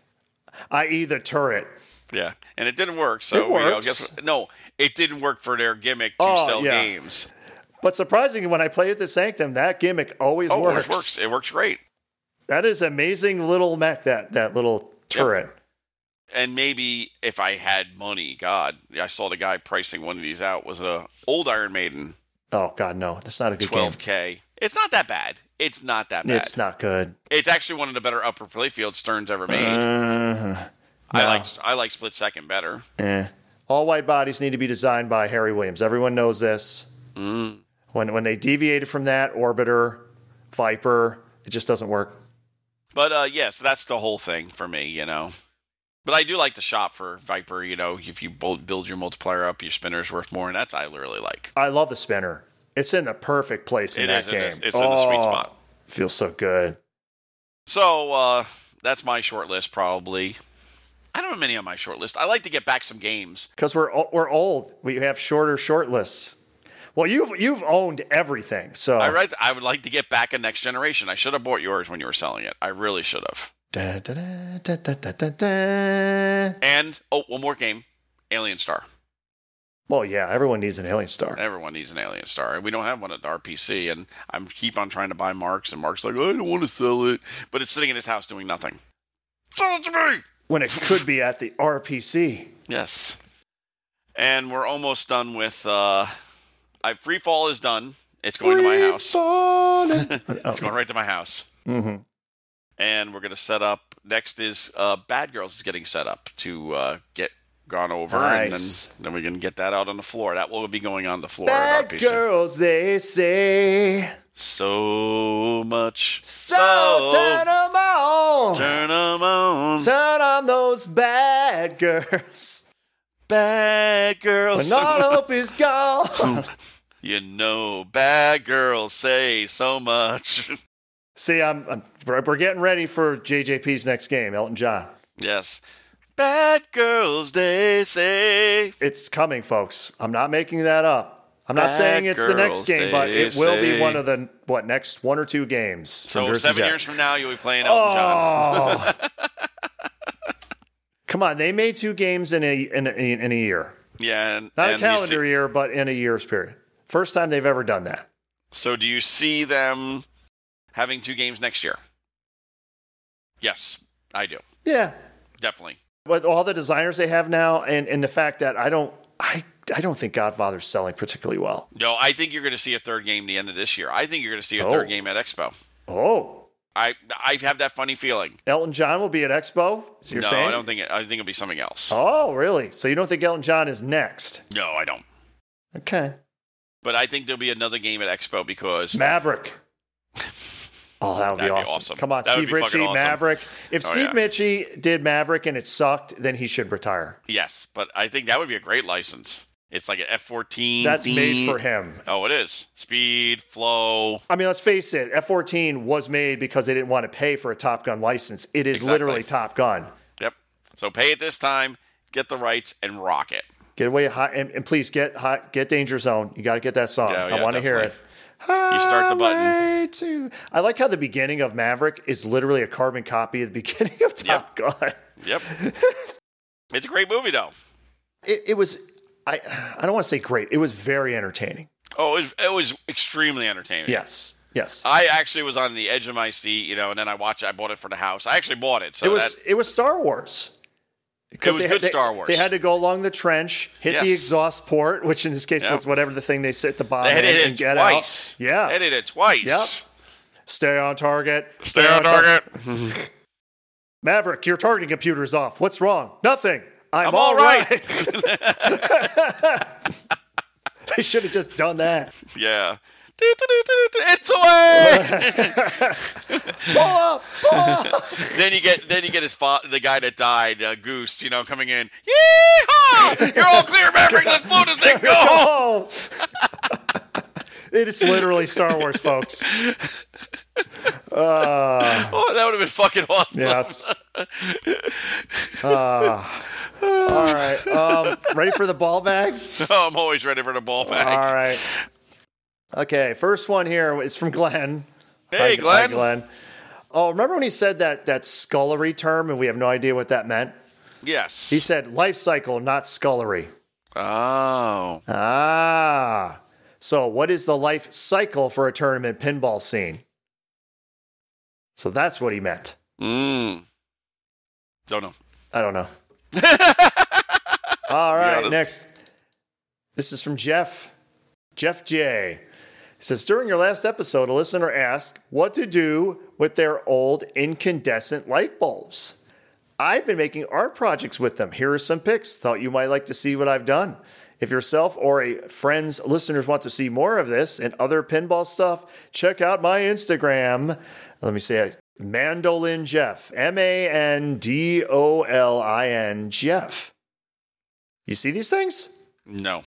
Speaker 3: i.e., the turret.
Speaker 4: Yeah. And it didn't work, so
Speaker 3: It
Speaker 4: you know,
Speaker 3: works.
Speaker 4: guess no, it didn't work for their gimmick to
Speaker 3: Oh,
Speaker 4: sell
Speaker 3: yeah.
Speaker 4: games.
Speaker 3: But surprisingly, when I play at the Sanctum, that gimmick always
Speaker 4: Oh,
Speaker 3: works.
Speaker 4: it works. It works great.
Speaker 3: That is amazing little mech, that, that little turret.
Speaker 4: and maybe if I had money, God, I saw the guy pricing one of these out was a old Iron Maiden,
Speaker 3: Oh, God, no. That's not a good
Speaker 4: twelve
Speaker 3: game.
Speaker 4: k. It's not that bad. It's not that bad.
Speaker 3: It's not good.
Speaker 4: It's actually one of the better upper playfield Stern's ever made.
Speaker 3: Uh,
Speaker 4: I
Speaker 3: no.
Speaker 4: like I like split second better.
Speaker 3: eh. All white bodies need to be designed by Harry Williams. Everyone knows this.
Speaker 4: Mm.
Speaker 3: When, when they deviated from that, Orbiter, Viper, it just doesn't work.
Speaker 4: But uh, yes, that's the whole thing for me, you know. But I do like to shop for Viper. You know, if you build, build your multiplier up, your spinner's worth more, and that's I really like.
Speaker 3: I love the spinner. It's in the perfect place in
Speaker 4: It
Speaker 3: that
Speaker 4: is, it
Speaker 3: game.
Speaker 4: is. It's in the sweet
Speaker 3: Oh,
Speaker 4: spot.
Speaker 3: Feels so good.
Speaker 4: So uh, that's my short list, probably. I don't have many on my short list. I like to get back some games.
Speaker 3: Because we're o- we're old. We have shorter short lists. Well, you've you've owned everything. So
Speaker 4: I read. I would like to get back a next generation. I should have bought yours when you were selling it. I really should have.
Speaker 3: Da, da, da, da, da, da, da, da.
Speaker 4: And oh, one more game, Alien Star.
Speaker 3: Well, yeah, everyone needs an alien star.
Speaker 4: Everyone needs an Alien Star, and we don't have one at the RPC. And I'm keep on trying to buy Mark's, and Mark's like, "Oh, I don't want to sell it, but it's sitting in his house doing nothing. Sell it to me.
Speaker 3: When it could be at the RPC.
Speaker 4: Yes. And we're almost done with. uh I free fall is done. It's going to my house. It's going right to my house.
Speaker 3: hmm
Speaker 4: and we're going to set up. Next is uh, Bad Girls is getting set up to uh, get gone over,
Speaker 3: Nice.
Speaker 4: and then, then we can get that out on the floor. That will be going on the floor. at
Speaker 3: Bad
Speaker 4: RPC.
Speaker 3: girls, they say.
Speaker 4: So much.
Speaker 3: So, turn 'em on.
Speaker 4: turn 'em on.
Speaker 3: Turn on those bad girls.
Speaker 4: bad girls.
Speaker 3: When all hope is gone.
Speaker 4: you know, bad girls say so much.
Speaker 3: See, I'm, I'm we're we're getting ready for JJP's next game, Elton John.
Speaker 4: yes. Bad girls, they say.
Speaker 3: It's coming, folks. I'm not making that up. I'm not
Speaker 4: Bad
Speaker 3: saying it's the next
Speaker 4: girls,
Speaker 3: game, but
Speaker 4: they
Speaker 3: it will
Speaker 4: say.
Speaker 3: be one of the what next one or two games.
Speaker 4: So
Speaker 3: from Jersey
Speaker 4: seven
Speaker 3: Jack.
Speaker 4: years from now, you'll be playing Elton John.
Speaker 3: Oh. Come on, they made two games in a in a, in a year,
Speaker 4: Yeah, and,
Speaker 3: not
Speaker 4: and
Speaker 3: a
Speaker 4: you see-
Speaker 3: calendar year, but in a year's period. First time they've ever done that.
Speaker 4: So do you see them having two games next year? Yes, I do.
Speaker 3: Yeah,
Speaker 4: Definitely.
Speaker 3: with all the designers they have now, and and the fact that I don't I I don't think Godfather's selling particularly well.
Speaker 4: No, I think you're going to see a third game the end of this year. I think you're going to see a
Speaker 3: Oh.
Speaker 4: third game at Expo.
Speaker 3: Oh,
Speaker 4: I I have that funny feeling.
Speaker 3: Elton John will be at Expo. Is you're
Speaker 4: no,
Speaker 3: saying?
Speaker 4: I don't think it, I think it'll be something else.
Speaker 3: Oh, really? So you don't think Elton John is next?
Speaker 4: No, I don't.
Speaker 3: Okay.
Speaker 4: But I think there'll be another game at Expo because
Speaker 3: Maverick. Oh, that would be
Speaker 4: That'd be
Speaker 3: awesome.
Speaker 4: awesome.
Speaker 3: Come on,
Speaker 4: That
Speaker 3: Steve
Speaker 4: would be fucking
Speaker 3: Ritchie,
Speaker 4: awesome.
Speaker 3: Maverick. If
Speaker 4: Oh,
Speaker 3: Steve
Speaker 4: yeah.
Speaker 3: Mitchie did Maverick and it sucked, then he should retire.
Speaker 4: yes, but I think that would be a great license. It's like an F14.
Speaker 3: That's made
Speaker 4: theme.
Speaker 3: for him.
Speaker 4: Oh, it is. Speed, flow.
Speaker 3: I mean, let's face it, F 14 was made because they didn't want to pay for a Top Gun license. It is
Speaker 4: Exactly.
Speaker 3: literally Top Gun.
Speaker 4: Yep. So pay it this time, get the rights and rock it.
Speaker 3: Get away hot and, and please get hot, get Danger Zone. You got to get that song.
Speaker 4: Yeah, yeah,
Speaker 3: I want to hear it.
Speaker 4: definitely. You start the button.
Speaker 3: Highway to- I like how the beginning of Maverick is literally a carbon copy of the beginning of Top Gun.
Speaker 4: Yep. It's a great movie, though.
Speaker 3: It, it was, I, I don't want to say great. It was very entertaining.
Speaker 4: Oh, it was, it was extremely entertaining.
Speaker 3: Yes. Yes.
Speaker 4: I actually was on the edge of my seat, you know, and then I watched. I bought it for the house. I actually bought it, so
Speaker 3: it was
Speaker 4: that,
Speaker 3: it was Star Wars. Because
Speaker 4: was
Speaker 3: they had-
Speaker 4: good
Speaker 3: they-
Speaker 4: Star Wars.
Speaker 3: They had to go along the trench, hit the
Speaker 4: Yes.
Speaker 3: exhaust port, which in this case
Speaker 4: Yeah.
Speaker 3: was whatever the thing they sit at the bottom
Speaker 4: they hit
Speaker 3: and,
Speaker 4: it,
Speaker 3: and get
Speaker 4: twice.
Speaker 3: out. Yeah,
Speaker 4: they did it twice.
Speaker 3: Yep. stay on target.
Speaker 4: Stay on
Speaker 3: tar-
Speaker 4: target.
Speaker 3: Maverick, your targeting computer's off. What's wrong? Nothing. I'm,
Speaker 4: I'm all right.
Speaker 3: they should have just done that.
Speaker 4: Yeah. Do-do-do-do-do. It's away.
Speaker 3: Pull up, pull up.
Speaker 4: then you get then you get his fa- the guy that died, uh, Goose, you know, coming in. Yeehaw! You're all clear, Maverick. Let's float this thing. Go.
Speaker 3: Oh. it is literally Star Wars, folks.
Speaker 4: Oh, that would have been fucking awesome.
Speaker 3: Yes. Uh, all right. Um, ready for the ball bag?
Speaker 4: Oh, I'm always ready for the ball back.
Speaker 3: All right. Okay. First one here is from Glenn. Hi,
Speaker 4: hey, Glenn.
Speaker 3: Hi, Glenn. Oh, remember when he said that that scullery term, and we have no idea what that meant?
Speaker 4: Yes.
Speaker 3: He said life cycle, not scullery.
Speaker 4: oh.
Speaker 3: Ah. So, what is the life cycle for a tournament pinball scene? So that's what he meant.
Speaker 4: Mm. Don't know.
Speaker 3: I don't know. All right,
Speaker 4: honest.
Speaker 3: next. This is from Jeff. Jeff J. He says during your last episode, a listener asked what to do with their old incandescent light bulbs. I've been making art projects with them. Here are some pics. Thought you might like to see what I've done. If yourself or a friend's listeners want to see more of this and other pinball stuff, check out my Instagram. Let me say it. Mandolin Jeff. M A N D O L I N Jeff. You see these things?
Speaker 4: No.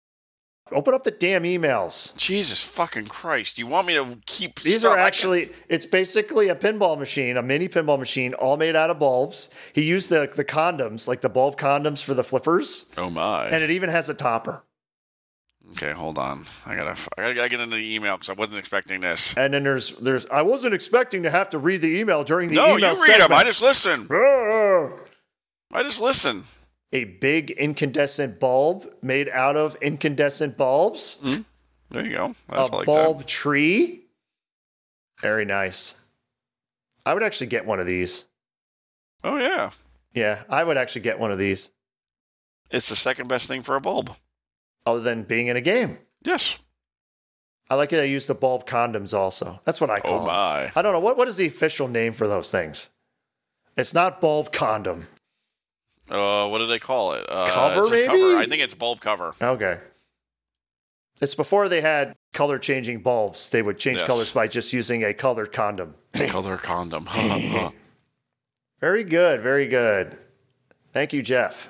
Speaker 3: Open up the damn emails.
Speaker 4: Jesus fucking Christ. You want me to keep
Speaker 3: These
Speaker 4: stuff-
Speaker 3: are
Speaker 4: I can-
Speaker 3: actually, it's basically a pinball machine, a mini pinball machine, all made out of bulbs. He used the, the condoms, like the bulb condoms for the flippers,
Speaker 4: Oh my.
Speaker 3: and it even has a topper.
Speaker 4: okay, hold on. I gotta, f- I gotta get into the email because I wasn't expecting this.
Speaker 3: And then there's, there's, I wasn't expecting to have to read the email during the
Speaker 4: No, you
Speaker 3: email
Speaker 4: read them. I just listen.
Speaker 3: segment.
Speaker 4: I just listen.
Speaker 3: A big incandescent bulb made out of incandescent bulbs,
Speaker 4: There you go. Mm-hmm. I
Speaker 3: a
Speaker 4: like
Speaker 3: bulb
Speaker 4: that.
Speaker 3: tree. Very nice. I would actually get one of these.
Speaker 4: Oh yeah,
Speaker 3: Yeah, I would actually get one of these,
Speaker 4: it's the second best thing for a bulb.
Speaker 3: other than being in a game.
Speaker 4: Yes.
Speaker 3: I like it. I use the bulb condoms also. That's what I
Speaker 4: Oh
Speaker 3: call. it.
Speaker 4: my.
Speaker 3: I don't know what what is the official name for those things. It's not bulb condom.
Speaker 4: Uh, what do they call it? Uh,
Speaker 3: Cover,
Speaker 4: it's a
Speaker 3: maybe?
Speaker 4: I think it's bulb cover.
Speaker 3: Okay. It's before they had color changing bulbs. They would change
Speaker 4: Yes.
Speaker 3: colors by just using a colored condom.
Speaker 4: Color condom. Huh, huh.
Speaker 3: Very good. Very good. Thank you, Jeff.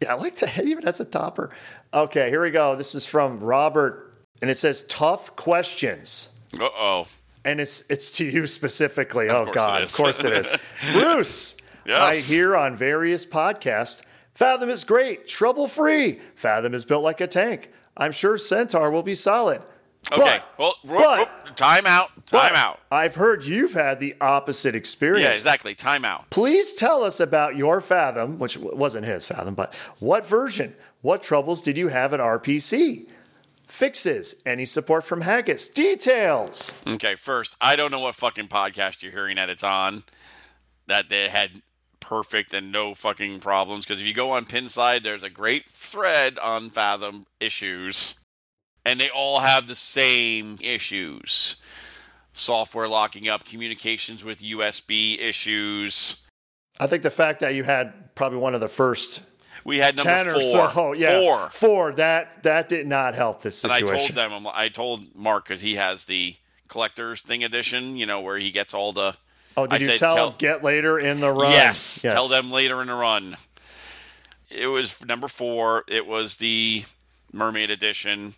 Speaker 3: Yeah, I like that. It even has a topper. Okay, here we go. This is from Robert, and it says tough questions.
Speaker 4: uh oh.
Speaker 3: and it's it's to you specifically. oh
Speaker 4: course
Speaker 3: God,
Speaker 4: it
Speaker 3: of
Speaker 4: is.
Speaker 3: course it is. Bruce,
Speaker 4: Yes.
Speaker 3: I hear on various podcasts, Fathom is great, trouble free. Fathom is built like a tank. I'm sure Centaur will be solid.
Speaker 4: Okay.
Speaker 3: But-
Speaker 4: well, ro-
Speaker 3: but-
Speaker 4: ro- time out. Time
Speaker 3: but
Speaker 4: out.
Speaker 3: I've heard you've had the opposite experience.
Speaker 4: Yeah, exactly. Time out.
Speaker 3: Please tell us about your Fathom, which w- wasn't his Fathom, but what version? What troubles did you have at RPC? Fixes? Any support from Haggis? Details?
Speaker 4: Okay, first, I don't know what fucking podcast you're hearing that it's on that they had perfect and no fucking problems. Because if you go on Pinside, there's a great thread on Fathom issues, and they all have the same issues software locking up, communications with USB issues.
Speaker 3: I think the fact that you had probably one of the first
Speaker 4: We had number
Speaker 3: ten
Speaker 4: four.
Speaker 3: or so. Oh, yeah,
Speaker 4: Four.
Speaker 3: Four. That that did not help this
Speaker 4: And I told
Speaker 3: situation.
Speaker 4: them, I'm, I told Mark because he has the collector's thing edition, you know, where he gets all the.
Speaker 3: oh, did
Speaker 4: I
Speaker 3: you
Speaker 4: said,
Speaker 3: tell,
Speaker 4: tell-
Speaker 3: Get later in the run.
Speaker 4: Yes. Tell them later in the run. It was number four. It was the Mermaid Edition.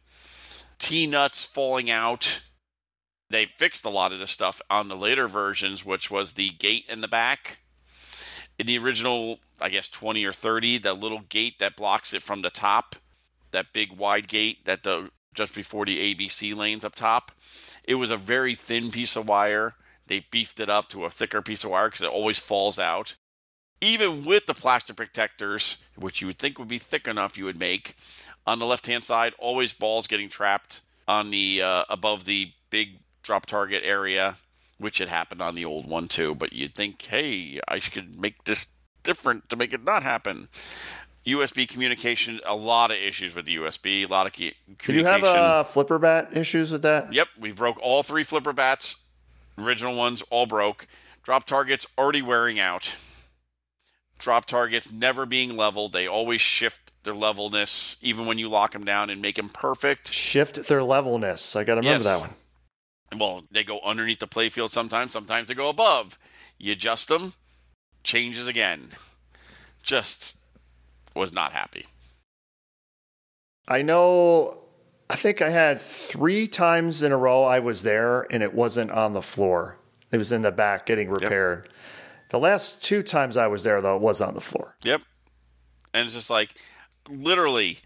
Speaker 4: Tea nuts falling out. They fixed a lot of this stuff on the later versions, which was the gate in the back. In the original, I guess, 20 or 30, the little gate that blocks it from the top, that big wide gate that the just before the ABC lanes up top, it was a very thin piece of wire. They beefed it up to a thicker piece of wire because it always falls out even with the plastic protectors, which you would think would be thick enough, you would make on the left hand side. Always balls getting trapped on the uh, above the big drop target area, which had happened on the old one too. But you'd think, hey, I should make this different to make it not happen. USB communication, a lot of issues with the USB, a lot of key-
Speaker 3: Did you
Speaker 4: communication.
Speaker 3: have uh, flipper bat issues with that?
Speaker 4: Yep, we broke all three flipper bats. Original ones all broke. Drop targets already wearing out. Drop targets never being leveled. They always shift their levelness, even when you lock them down and make them perfect.
Speaker 3: Shift their levelness. I got to remember that
Speaker 4: Yes.
Speaker 3: one.
Speaker 4: Well, they go underneath the playfield sometimes. Sometimes they go above. You adjust them, changes again. Just was not happy.
Speaker 3: I know. I think I had three times in a row I was there and it wasn't on the floor. It was in the back getting repaired. The last two times I was there, though, it was on the floor.
Speaker 4: Yep. And it's just like literally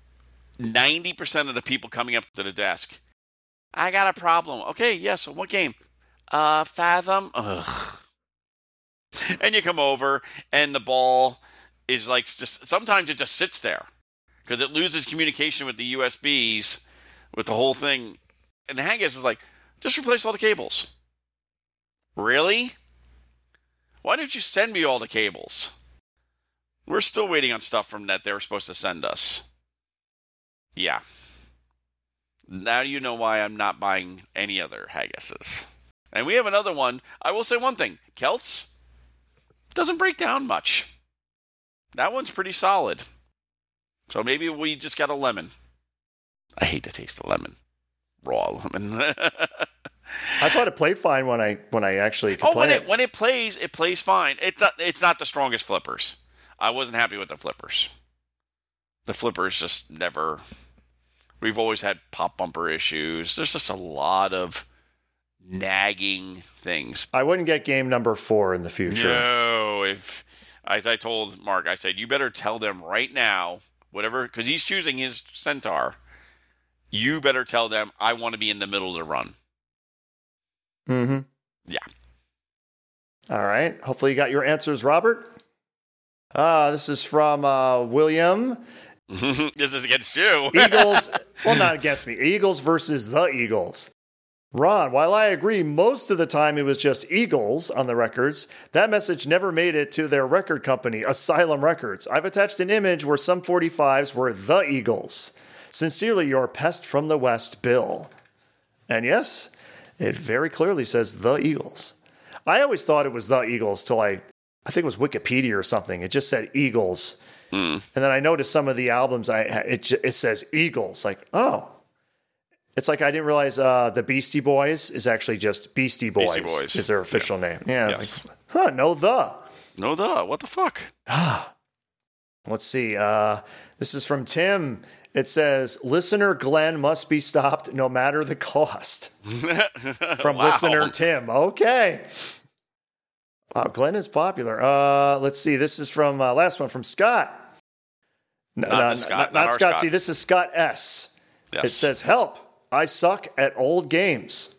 Speaker 4: 90% of the people coming up to the desk. I got a problem. Okay, yes, what game? Uh Fathom. Ugh. And you come over and the ball is like just sometimes it just sits there cuz it loses communication with the USBs with the whole thing. And the hang is is like just replace all the cables. Really? Why didn't you send me all the cables? We're still waiting on stuff from that they were supposed to send us. Yeah. Now you know why I'm not buying any other Haggises. And we have another one. I will say one thing Kelts doesn't break down much. That one's pretty solid. So maybe we just got a lemon. I hate the taste of lemon. Raw lemon.
Speaker 3: I thought it played fine when I when I actually could
Speaker 4: oh,
Speaker 3: play
Speaker 4: when
Speaker 3: it.
Speaker 4: it when it plays, it plays fine. It's not it's not the strongest flippers. I wasn't happy with the flippers. The flippers just never. We've always had pop bumper issues. There's just a lot of nagging things.
Speaker 3: I wouldn't get game number four in the future.
Speaker 4: No, if as I told Mark, I said you better tell them right now, whatever, because he's choosing his centaur. You better tell them I want to be in the middle of the run.
Speaker 3: Mm-hmm.
Speaker 4: Yeah.
Speaker 3: All right. Hopefully, you got your answers, Robert. Uh, this is from uh, William.
Speaker 4: this is against you.
Speaker 3: Eagles, well, not against me. Eagles versus the Eagles. Ron, while I agree most of the time it was just Eagles on the records, that message never made it to their record company, Asylum Records. I've attached an image where some 45s were the Eagles. Sincerely, your pest from the West, Bill. And yes, it very clearly says the Eagles. I always thought it was the Eagles till I, I think it was Wikipedia or something. It just said Eagles.
Speaker 4: Hmm.
Speaker 3: And then I noticed some of the albums. I it j- it says Eagles. Like oh, it's like I didn't realize uh, the Beastie Boys is actually just Beastie Boys.
Speaker 4: Beastie Boys.
Speaker 3: Is their official name? Yeah.
Speaker 4: Yes.
Speaker 3: It's like, huh? No, the.
Speaker 4: no, the what the fuck?
Speaker 3: Let's see. Uh, this is from Tim. It says, "Listener Glenn must be stopped, no matter the cost." From
Speaker 4: Wow.
Speaker 3: listener Tim. Okay. Wow, Glenn is popular. Uh, let's see. This is from uh, last one from Scott. N-
Speaker 4: Not the Scott,
Speaker 3: not,
Speaker 4: not
Speaker 3: not
Speaker 4: our
Speaker 3: Scott.
Speaker 4: Scott.
Speaker 3: See, this is Scott S.
Speaker 4: Yes.
Speaker 3: It says, Help, I suck at old games.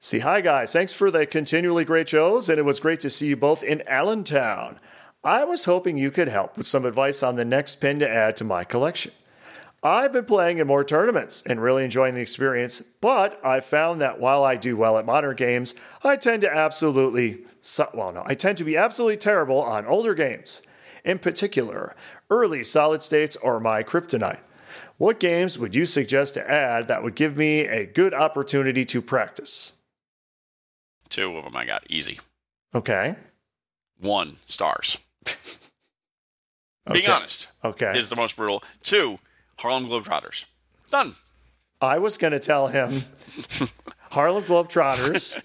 Speaker 3: See, hi guys, thanks for the continually great shows, and it was great to see you both in Allentown. I was hoping you could help with some advice on the next pin to add to my collection. I've been playing in more tournaments and really enjoying the experience, but I found that while I do well at modern games, I tend to absolutely, su- well, no, I tend to be absolutely terrible on older games. In particular, early solid states are my kryptonite. What games would you suggest to add that would give me a good opportunity to practice?
Speaker 4: Two of them I got easy.
Speaker 3: Okay.
Speaker 4: One stars. Being
Speaker 3: Okay.
Speaker 4: honest
Speaker 3: Okay.
Speaker 4: is the most brutal. Two Harlem Globetrotters. Done.
Speaker 3: I was going to tell him Harlem Globetrotters.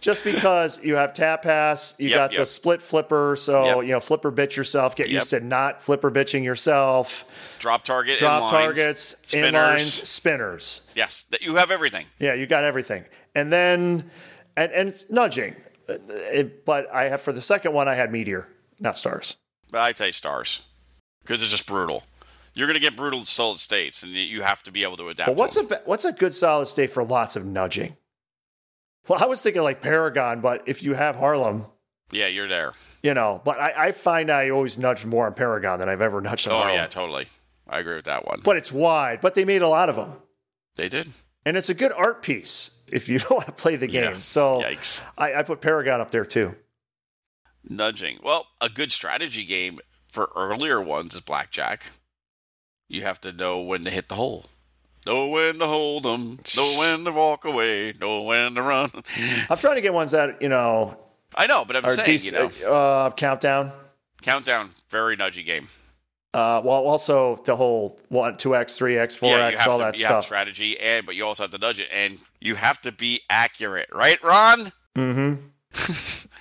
Speaker 3: Just because you have tap pass, you
Speaker 4: Yep,
Speaker 3: got the
Speaker 4: yep.
Speaker 3: split flipper, so
Speaker 4: Yep.
Speaker 3: you know flipper bitch yourself. Get
Speaker 4: Yep.
Speaker 3: used to not flipper bitching yourself.
Speaker 4: Drop target.
Speaker 3: Drop
Speaker 4: inlines,
Speaker 3: targets,
Speaker 4: spinners.
Speaker 3: inlines, spinners.
Speaker 4: Yes, that you have everything.
Speaker 3: Yeah, you got everything. And then, and, and it's nudging. Uh, it- but I have, for the second one, I had Meteor, not Stars.
Speaker 4: But I say stars because it's just brutal. You're gonna get brutal solid states, and you have to be able to adapt.
Speaker 3: But what's
Speaker 4: to
Speaker 3: a, ba- what's a good solid state for lots of nudging? Well, I was thinking like Paragon, but if you have Harlem,
Speaker 4: them. yeah? You're there.
Speaker 3: you know, but I, I find I always nudged more on Paragon than I've ever nudged on
Speaker 4: Oh
Speaker 3: Harlem.
Speaker 4: yeah, totally. I agree with that one.
Speaker 3: But it's wide, but they made a lot of them.
Speaker 4: they did.
Speaker 3: And it's a good art piece if you don't want to play the game.
Speaker 4: Yeah.
Speaker 3: So
Speaker 4: Yikes.
Speaker 3: I, I put Paragon up there too.
Speaker 4: Nudging. Well, a good strategy game for earlier ones is blackjack. You have to know when to hit the hole. Know when to hold 'em. Know when to walk away. Know when to run.
Speaker 3: I'm trying to get ones that, you know,
Speaker 4: I know, but I'm
Speaker 3: are
Speaker 4: saying, you know,
Speaker 3: decent. Uh, countdown.
Speaker 4: countdown, very nudgy game.
Speaker 3: Uh, well, also the whole one, two X, three X, four
Speaker 4: yeah, you
Speaker 3: X,
Speaker 4: have
Speaker 3: all
Speaker 4: to,
Speaker 3: that
Speaker 4: you have
Speaker 3: stuff.
Speaker 4: strategy, and but you also have to nudge it, and you have to be accurate, right, Ron?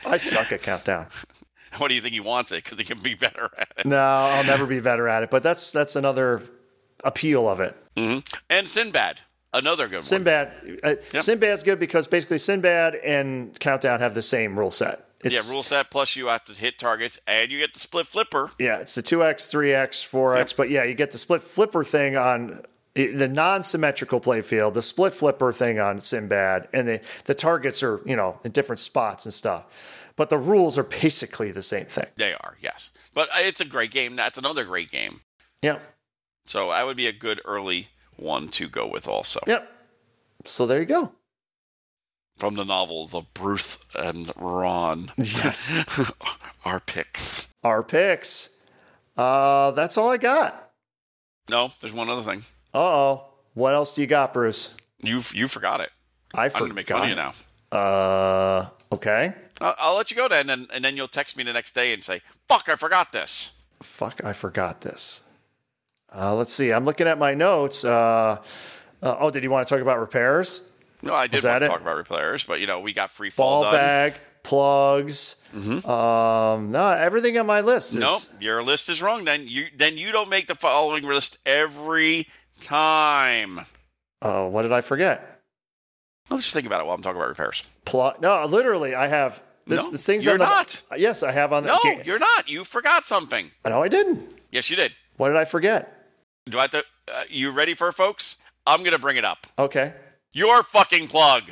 Speaker 3: I suck at countdown.
Speaker 4: What do you think he wants it? Because he can be better at it.
Speaker 3: No, I'll never be better at it. But that's that's another appeal of it.
Speaker 4: And Sinbad, another good one.
Speaker 3: Sinbad, uh, Sinbad's good because basically Sinbad and Countdown have the same rule set. It's,
Speaker 4: yeah, rule set plus you have to hit targets, and you get the split flipper.
Speaker 3: Yeah, it's the two X, three X, four X. But yeah, you get the split flipper thing on the non-symmetrical playfield, the split flipper thing on Sinbad, and the the targets are you know in different spots and stuff. But the rules are basically the same thing.
Speaker 4: They are, yes. But uh, it's a great game. That's another great game.
Speaker 3: Yeah,
Speaker 4: So I would be a good early one to go with also.
Speaker 3: yep. So there you go.
Speaker 4: From the novels of Bruce and Ron,
Speaker 3: Yes,
Speaker 4: our picks.
Speaker 3: our picks. Uh, that's all I got.
Speaker 4: No, there's one other thing.
Speaker 3: Uh oh. What else do you got, Bruce?
Speaker 4: You you forgot it.
Speaker 3: I
Speaker 4: I'm
Speaker 3: forgot.
Speaker 4: going to make fun of you now.
Speaker 3: Uh, okay.
Speaker 4: I'll, I'll let you go then, and, and then you'll text me the next day and say, "Fuck, I forgot this."
Speaker 3: Fuck, I forgot this. Uh, let's see. I'm looking at my notes. Uh, uh, oh, did you want to talk about repairs?
Speaker 4: No, I
Speaker 3: Was
Speaker 4: did
Speaker 3: that
Speaker 4: want to
Speaker 3: it?
Speaker 4: talk about replayers, but you know we got free fall,
Speaker 3: Ball
Speaker 4: done. Mm-hmm.
Speaker 3: bag, plugs. Um, no, everything on my list is.
Speaker 4: Nope, your list is wrong. Then you then you don't make the following list every time.
Speaker 3: Oh, what did I forget?
Speaker 4: Let's just think about it while I'm talking about repairs.
Speaker 3: Plug. No, literally, I have this.
Speaker 4: No,
Speaker 3: this things
Speaker 4: you're
Speaker 3: on the,
Speaker 4: not.
Speaker 3: Yes, I have on the.
Speaker 4: No,
Speaker 3: ga-
Speaker 4: you're not. You forgot something.
Speaker 3: no, I didn't.
Speaker 4: Yes, you did.
Speaker 3: What did I forget?
Speaker 4: Do I have to? Uh, you ready for it, folks? I'm gonna bring it up.
Speaker 3: Okay,
Speaker 4: Your fucking plug.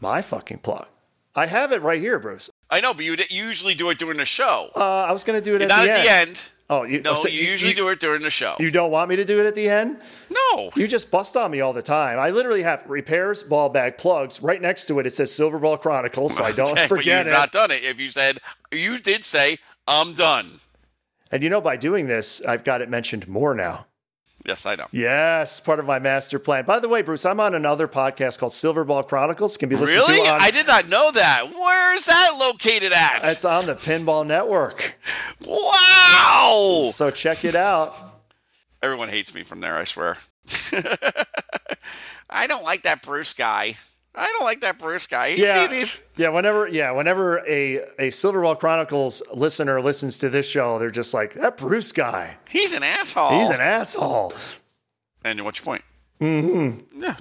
Speaker 3: my fucking plug. I have it right here, Bruce.
Speaker 4: I know, but you d- usually do it during the show.
Speaker 3: Uh, I was going to do it at
Speaker 4: Not
Speaker 3: the
Speaker 4: at
Speaker 3: end.
Speaker 4: the end.
Speaker 3: Oh, you,
Speaker 4: No,
Speaker 3: so
Speaker 4: you usually do it during the show.
Speaker 3: You don't want me to do it at the end?
Speaker 4: no.
Speaker 3: You just bust on me all the time. I literally have repairs, ball bag, plugs. Right next to it, it says Silver Ball Chronicles, so I don't
Speaker 4: Okay, but
Speaker 3: forget
Speaker 4: you've
Speaker 3: it.
Speaker 4: not done it. If you said you did say I'm done.
Speaker 3: and you know, by doing this, I've got it mentioned more now.
Speaker 4: Yes, I know.
Speaker 3: Yes, part of my master plan. By the way, Bruce, I'm on another podcast called Silver Ball Chronicles. Can be listened
Speaker 4: Really?
Speaker 3: to on.
Speaker 4: I did not know that. Where is that located at?
Speaker 3: it's on the Pinball Network.
Speaker 4: wow.
Speaker 3: So check it out.
Speaker 4: Everyone hates me from there, I swear. I don't like that Bruce guy. I don't like that Bruce guy. You
Speaker 3: Yeah.
Speaker 4: see these?
Speaker 3: Yeah, whenever yeah, whenever a a Silverball Chronicles listener listens to this show, they're just like, that Bruce guy,
Speaker 4: He's an asshole.
Speaker 3: he's an asshole.
Speaker 4: and what's your point? Mm-hmm. Yeah.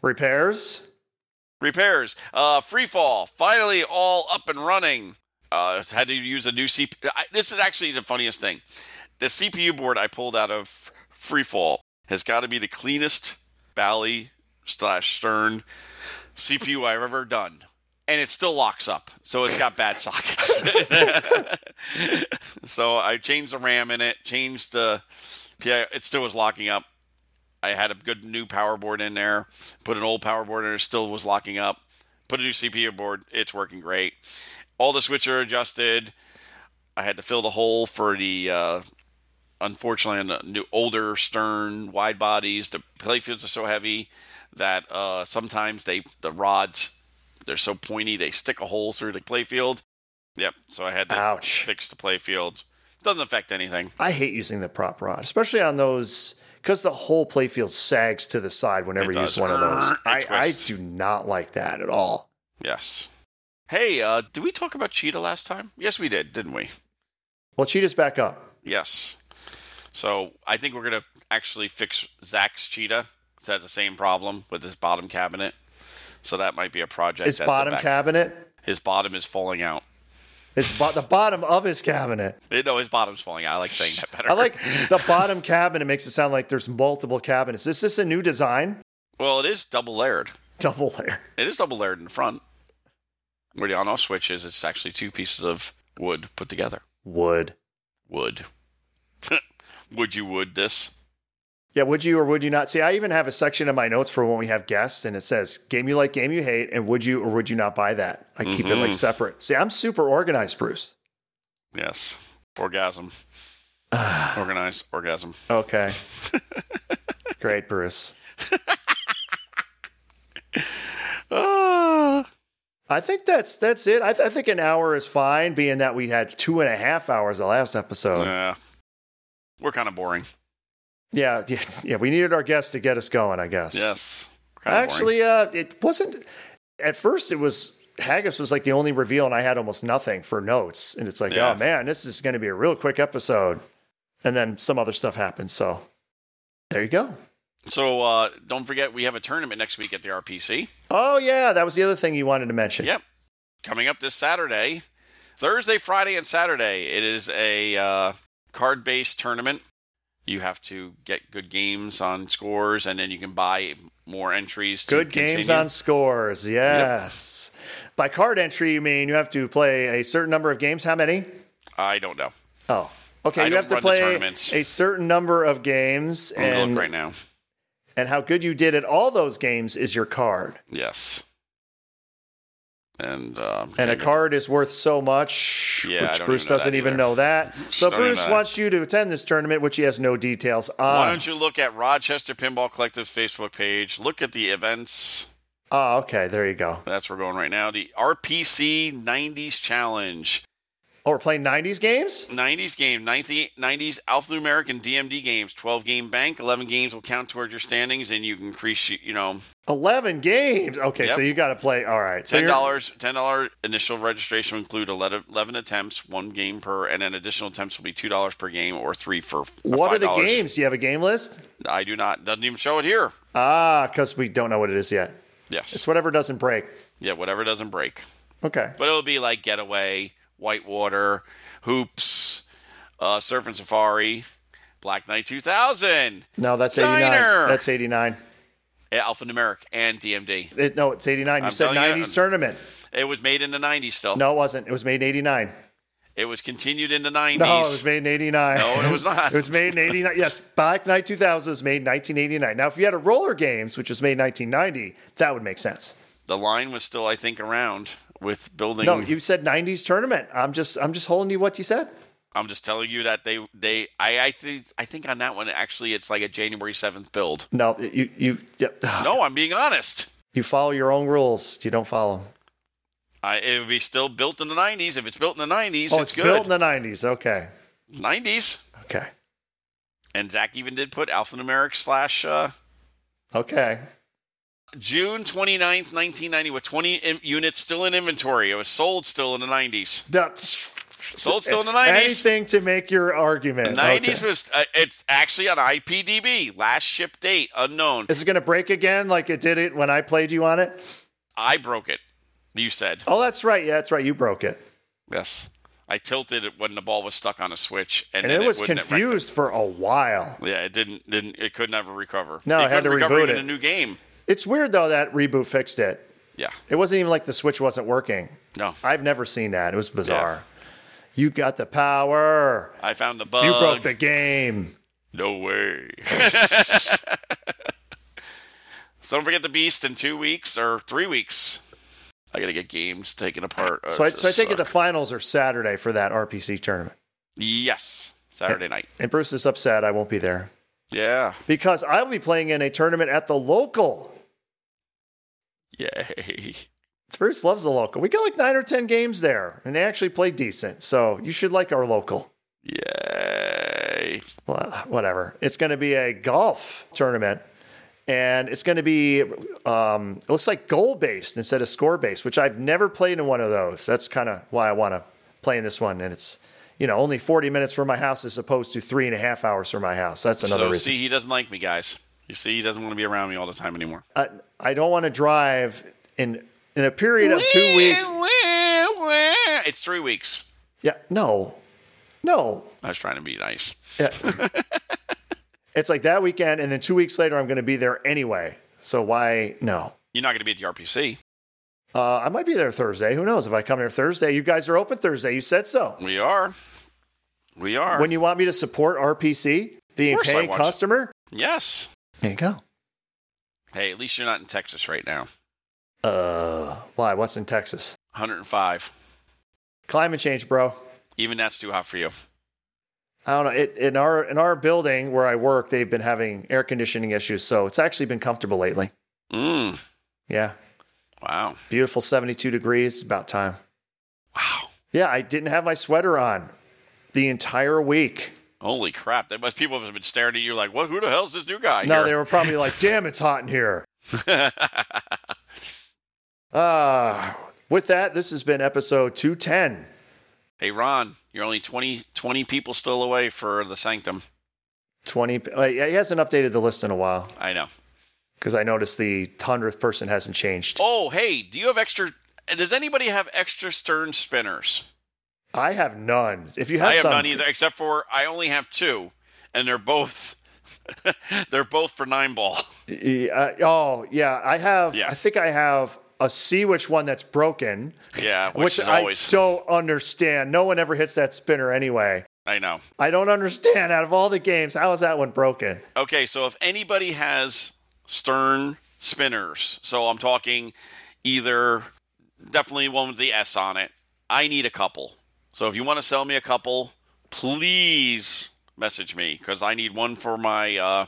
Speaker 3: Repairs,
Speaker 4: Repairs. Uh, free fall. Finally, all up and running. Uh, had to use a new CPU. I, this is actually the funniest thing. The CPU board I pulled out of free fall has got to be the cleanest Bally slash Stern CPU I've ever done. And it still locks up, so it's got bad sockets. so I changed the RAM in it, changed the PI. It still was locking up. I had a good new power board in there, put an old power board in there, it still was locking up. Put a new CPU board, it's working great. All the switches are adjusted. I had to fill the hole for the, uh, unfortunately, on the new older Stern wide bodies. The playfields are so heavy that uh, sometimes they the rods they're so pointy they stick a hole through the playfield. Yep. So I had to
Speaker 3: Ouch.
Speaker 4: fix the playfield. Doesn't affect anything.
Speaker 3: I hate using the prop rod, especially on those because the whole playfield sags to the side whenever
Speaker 4: It
Speaker 3: you use
Speaker 4: does.
Speaker 3: one of those.
Speaker 4: It
Speaker 3: I, I
Speaker 4: twists.
Speaker 3: do not like that at all.
Speaker 4: Yes. Hey, uh, did we talk about Cheetah last time? Yes, we did, didn't we?
Speaker 3: Well, cheetah's back up.
Speaker 4: Yes. So I think we're gonna actually fix Zach's Cheetah. So that's the same problem with his bottom cabinet. So that might be a project.
Speaker 3: His
Speaker 4: at the
Speaker 3: bottom
Speaker 4: back.
Speaker 3: cabinet.
Speaker 4: His bottom is falling out.
Speaker 3: It's bo- the bottom of his cabinet.
Speaker 4: Eh, No, his bottom's falling out. I like saying that better.
Speaker 3: I like the bottom cabinet makes it sound like there's multiple cabinets. Is this a new design?
Speaker 4: Well, it is double layered.
Speaker 3: Double layer.
Speaker 4: It is double layered in the front. Where the on-off switch is, it's actually two pieces of would put together.
Speaker 3: Would.
Speaker 4: Would. would you would this?
Speaker 3: Yeah, would you or would you not? See, I even have a section in my notes for when we have guests, and it says game you like, game you hate, and would you or would you not buy that? I keep it like
Speaker 4: Mhm.
Speaker 3: separate. See, I'm super organized, Bruce.
Speaker 4: Yes. Orgasm. Organize. Orgasm.
Speaker 3: Okay. Great, Bruce.
Speaker 4: Ah.
Speaker 3: I think that's that's it. I, th- I think an hour is fine, being that we had two and a half hours the last episode.
Speaker 4: Yeah. We're kind of boring.
Speaker 3: Yeah, yeah, yeah, we needed our guests to get us going, I guess.
Speaker 4: Yes. We're kinda
Speaker 3: Actually, uh, it wasn't. At first, it was Haggis was like the only reveal, and I had almost nothing for notes. And it's like,
Speaker 4: Yeah.
Speaker 3: oh man, this is going to be a real quick episode. And then some other stuff happened. So there you go.
Speaker 4: boring. So uh, don't forget, we have a tournament next week at the RPC.
Speaker 3: Oh yeah, that was the other thing you wanted to mention.
Speaker 4: Yep. Coming up this Saturday, Thursday, Friday, and Saturday. It is a uh, card based tournament. You have to get good games on scores, and then you can buy more entries. To
Speaker 3: Good games
Speaker 4: continue.
Speaker 3: on scores. Yes. By card entry, you mean you have to play a certain number of games. How many?
Speaker 4: I don't know.
Speaker 3: Oh, okay.
Speaker 4: I
Speaker 3: you
Speaker 4: don't
Speaker 3: have to
Speaker 4: run the
Speaker 3: play
Speaker 4: tournaments.
Speaker 3: a certain number of games,
Speaker 4: I'm gonna
Speaker 3: and
Speaker 4: look right now.
Speaker 3: and how good you did at all those games is your card.
Speaker 4: Yes. And um,
Speaker 3: and a card is worth so much,
Speaker 4: Yeah, I
Speaker 3: which
Speaker 4: don't
Speaker 3: Bruce
Speaker 4: even know
Speaker 3: doesn't
Speaker 4: that
Speaker 3: even
Speaker 4: either.
Speaker 3: know that. So
Speaker 4: Don't even
Speaker 3: Bruce
Speaker 4: know that.
Speaker 3: wants you to attend this tournament, which he has no details
Speaker 4: Why
Speaker 3: on.
Speaker 4: don't you look at Rochester Pinball Collective's Facebook page? Look at the events.
Speaker 3: Oh, okay, there you go.
Speaker 4: That's where we're going right now. The RPC 90s Challenge.
Speaker 3: Oh, we're playing '90s games.
Speaker 4: 90s game, 90, 90s alphanumeric and DMD games, 12 game bank, 11 games will count towards your standings, and you can increase, you know,
Speaker 3: Eleven games. Okay,
Speaker 4: Yep.
Speaker 3: so you got to play. All right, so
Speaker 4: ten
Speaker 3: you're-
Speaker 4: dollars. Ten dollar initial registration will include 11, 11 attempts, one game per, and then additional attempts will be two dollars per game or three for.
Speaker 3: What are the
Speaker 4: $5.
Speaker 3: games? Do you have a game list?
Speaker 4: I do not. Doesn't even show it here.
Speaker 3: Ah, because we don't know what it is yet.
Speaker 4: Yes.
Speaker 3: It's whatever doesn't break.
Speaker 4: yeah. Whatever doesn't break,
Speaker 3: Okay.
Speaker 4: but it'll be like getaway, whitewater, hoops, uh, surf and safari, Black Knight 2000,
Speaker 3: No, that's eighty nine.
Speaker 4: Diner.
Speaker 3: That's eighty nine.
Speaker 4: alphanumeric, eh, and DMD.
Speaker 3: It, no, it's eighty nine. You
Speaker 4: I'm
Speaker 3: said
Speaker 4: telling you,
Speaker 3: nineties tournament.
Speaker 4: It was made in the 90s still.
Speaker 3: No, it wasn't. It was made in eighty nine.
Speaker 4: It was continued in the 90s.
Speaker 3: No, it was made in 89.
Speaker 4: No, it was not.
Speaker 3: it was made in 89. Yes, Black Knight 2000 was made in 1989. Now, if you had a Roller Games, which was made in 1990, that would make sense.
Speaker 4: the line was still, I think, around with building.
Speaker 3: No, you said 90s tournament. I'm just I'm just holding you what you said.
Speaker 4: I'm just telling you that they, they, I, I think, I think on that one actually, it's like a January 7th build.
Speaker 3: No, you you yep.
Speaker 4: No, I'm being honest.
Speaker 3: you follow your own rules. You don't follow. 'em.
Speaker 4: I, it would be still built in the 90s. If it's built in the 90s,
Speaker 3: Oh,
Speaker 4: it's,
Speaker 3: it's
Speaker 4: good.
Speaker 3: built in the 90s. Okay.
Speaker 4: 90s.
Speaker 3: Okay.
Speaker 4: And Zach even did put alphanumeric slash uh,
Speaker 3: Okay.
Speaker 4: June 29th, 1990, with 20 in- units still in inventory. It was sold still in the 90s.
Speaker 3: Duh.
Speaker 4: Sold still in the 90s.
Speaker 3: Anything to make your argument.
Speaker 4: The 90s
Speaker 3: Okay.
Speaker 4: was uh, it's actually on IPDB. Last ship date unknown.
Speaker 3: Is it going to break again like it did it when I played you on it?
Speaker 4: I broke it. You said
Speaker 3: Oh, that's right. Yeah, that's right. You broke it.
Speaker 4: yes. I tilted it when the ball was stuck on a switch, and,
Speaker 3: and
Speaker 4: then
Speaker 3: it was
Speaker 4: wouldn't recti-
Speaker 3: confused for a while.
Speaker 4: Yeah, it didn't. Didn't it could never recover.
Speaker 3: No,
Speaker 4: it
Speaker 3: I had
Speaker 4: couldn't
Speaker 3: to
Speaker 4: recover
Speaker 3: reboot
Speaker 4: even
Speaker 3: it.
Speaker 4: a new game.
Speaker 3: It's weird though that reboot fixed it.
Speaker 4: Yeah,
Speaker 3: It wasn't even like the Switch wasn't working.
Speaker 4: no.
Speaker 3: I've never seen that. It was bizarre. You got the power.
Speaker 4: I found the bug.
Speaker 3: You broke the game.
Speaker 4: No way. so don't forget the beast in two weeks or three weeks. I gotta get games taken apart.
Speaker 3: So I, so I take it the finals are Saturday for that RPC tournament.
Speaker 4: yes Saturday night.
Speaker 3: And Bruce is upset I won't be there
Speaker 4: Yeah.
Speaker 3: because I'll be playing in a tournament at the local.
Speaker 4: Yay.
Speaker 3: Bruce loves the local. We got like nine or 10 games there and they actually play decent. So you should like our local.
Speaker 4: Yay.
Speaker 3: well, whatever. It's going to be a golf tournament, and it's going to be um, it looks like goal based instead of score based, which I've never played in one of those. That's kind of why I want to play in this one, and it's you know only forty minutes from my house as opposed to three and a half hours from my house. That's another
Speaker 4: so,
Speaker 3: reason.
Speaker 4: see, he doesn't like me, guys. You see, he doesn't want to be around me all the time anymore.
Speaker 3: I, I don't want to drive in in a period of two weeks.
Speaker 4: It's three weeks.
Speaker 3: Yeah, no, no.
Speaker 4: I was trying to be nice.
Speaker 3: Yeah. it's like that weekend, and then two weeks later, I'm going to be there anyway. So why no?
Speaker 4: You're not going to be at the RPC.
Speaker 3: Uh, I might be there Thursday. Who knows? If I come here Thursday, you guys are open Thursday. You said so.
Speaker 4: We are. We are.
Speaker 3: When you want me to support RPC, being
Speaker 4: Of
Speaker 3: a
Speaker 4: course I
Speaker 3: paying
Speaker 4: want you.
Speaker 3: customer,
Speaker 4: yes.
Speaker 3: there you go.
Speaker 4: Hey, at least you're not in Texas right now.
Speaker 3: Uh, why? What's in Texas?
Speaker 4: 105.
Speaker 3: Climate change, bro.
Speaker 4: Even that's too hot for you.
Speaker 3: I don't know. It, in our in our building where I work, they've been having air conditioning issues, so it's actually been comfortable lately.
Speaker 4: Mm.
Speaker 3: Yeah,
Speaker 4: Wow.
Speaker 3: beautiful, seventy two degrees. About time.
Speaker 4: Wow.
Speaker 3: Yeah, I didn't have my sweater on the entire week.
Speaker 4: Holy crap. That must people have been staring at you like, what who the hell's this new guy?
Speaker 3: no,
Speaker 4: here?
Speaker 3: they were probably like, "Damn, it's hot in here."
Speaker 4: That's
Speaker 3: Uh, with that, this has been episode two ten.
Speaker 4: Hey Ron, you're only 20, 20 people still away for the sanctum.
Speaker 3: 20 uh, yeah, he hasn't updated the list in a while
Speaker 4: I know.
Speaker 3: because i noticed the 100th person hasn't changed
Speaker 4: Oh, hey, do you have extra does anybody have extra stern spinners?
Speaker 3: i have none if you have,
Speaker 4: I have
Speaker 3: some
Speaker 4: none either, except for I only have two, and they're both they're both for nine ball.
Speaker 3: e- uh, oh yeah i have
Speaker 4: Yeah.
Speaker 3: i think i have a see which one that's broken
Speaker 4: Yeah, which,
Speaker 3: which,
Speaker 4: is
Speaker 3: i
Speaker 4: always
Speaker 3: don't understand no one ever hits that spinner anyway
Speaker 4: I know.
Speaker 3: i don't understand out of all the games how is that one broken
Speaker 4: Okay, so if anybody has stern spinners, so I'm talking either definitely one with the S on it. I need a couple. So if you want to sell me a couple, please message me because I need one for my. Uh,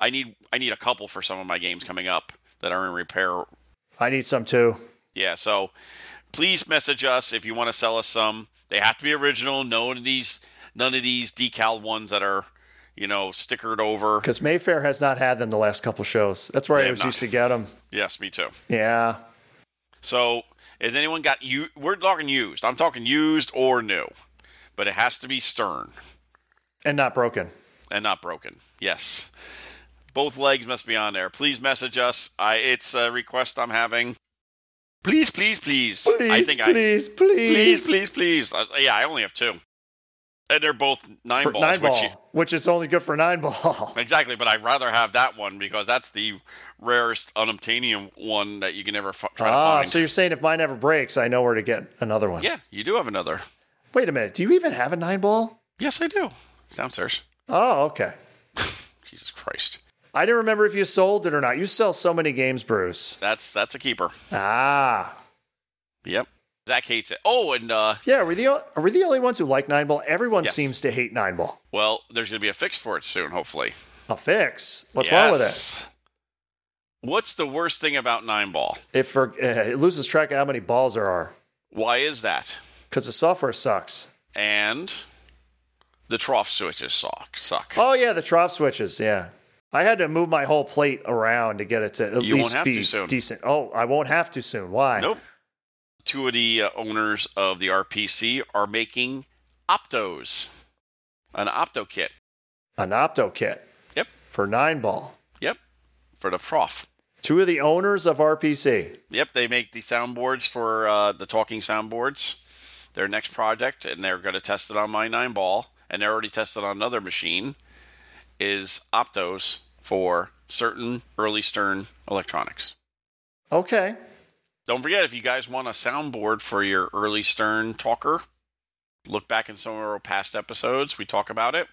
Speaker 4: I need I need a couple for some of my games coming up that are in repair.
Speaker 3: i need some too
Speaker 4: Yeah, so please message us if you want to sell us some. They have to be original. No of these none of these decal ones that are you know stickered over.
Speaker 3: because mayfair has not had them the last couple shows that's where
Speaker 4: They
Speaker 3: i
Speaker 4: have
Speaker 3: was
Speaker 4: not.
Speaker 3: used to get them
Speaker 4: Yes, me too.
Speaker 3: yeah
Speaker 4: So, has anyone got you? We're talking used. I'm talking used or new, but it has to be stern
Speaker 3: and not broken
Speaker 4: and not broken. Yes, both legs must be on there. Please message us. I it's a request I'm having. Please, please, please.
Speaker 3: please
Speaker 4: I think I
Speaker 3: please, please
Speaker 4: please, please, please. Uh, yeah, I only have two, and they're both nine
Speaker 3: for
Speaker 4: balls.
Speaker 3: nine
Speaker 4: which
Speaker 3: ball,
Speaker 4: you-
Speaker 3: which is only good for nine ball.
Speaker 4: Exactly, but I'd rather have that one because that's the rarest unobtainium one that you can ever f- try
Speaker 3: Ah,
Speaker 4: to find.
Speaker 3: so you're saying if mine ever breaks, I know where to get another one.
Speaker 4: yeah, you do have another.
Speaker 3: Wait a minute. Do you even have a nine ball?
Speaker 4: Yes, I do. It's downstairs.
Speaker 3: Oh, okay.
Speaker 4: Jesus Christ.
Speaker 3: I didn't remember if you sold it or not. You sell so many games, Bruce.
Speaker 4: That's that's a keeper.
Speaker 3: Ah,
Speaker 4: Yep. Zach hates it. Oh, and uh,
Speaker 3: yeah. Are we the o- are we the only ones who like nine ball? Everyone
Speaker 4: Yes.
Speaker 3: seems to hate nine ball.
Speaker 4: well, there's gonna be a fix for it soon, hopefully.
Speaker 3: A fix. What's wrong with it?
Speaker 4: it? What's the worst thing about nine ball?
Speaker 3: It for uh, it loses track of how many balls there are
Speaker 4: Why is that?
Speaker 3: because the software sucks.
Speaker 4: And the trough switches suck. Suck.
Speaker 3: Oh yeah, the trough switches. Yeah, I had to move my whole plate around to get it to at
Speaker 4: You won't
Speaker 3: least
Speaker 4: have
Speaker 3: be
Speaker 4: to soon.
Speaker 3: decent. Oh, I won't have to soon. Why?
Speaker 4: Nope. Two of the uh, owners of the RPC are making optos, an opto kit.
Speaker 3: An opto kit.
Speaker 4: Yep.
Speaker 3: For nine ball.
Speaker 4: Yep. For the trough.
Speaker 3: Two of the owners of RPC.
Speaker 4: Yep, they make the soundboards for uh, the talking soundboards. Their next project, and they're going to test it on my nine ball, and they already tested on another machine, is Optos for certain early Stern electronics.
Speaker 3: Okay.
Speaker 4: Don't forget, if you guys want a soundboard for your early Stern talker, look back in some of our past episodes. We talk about it.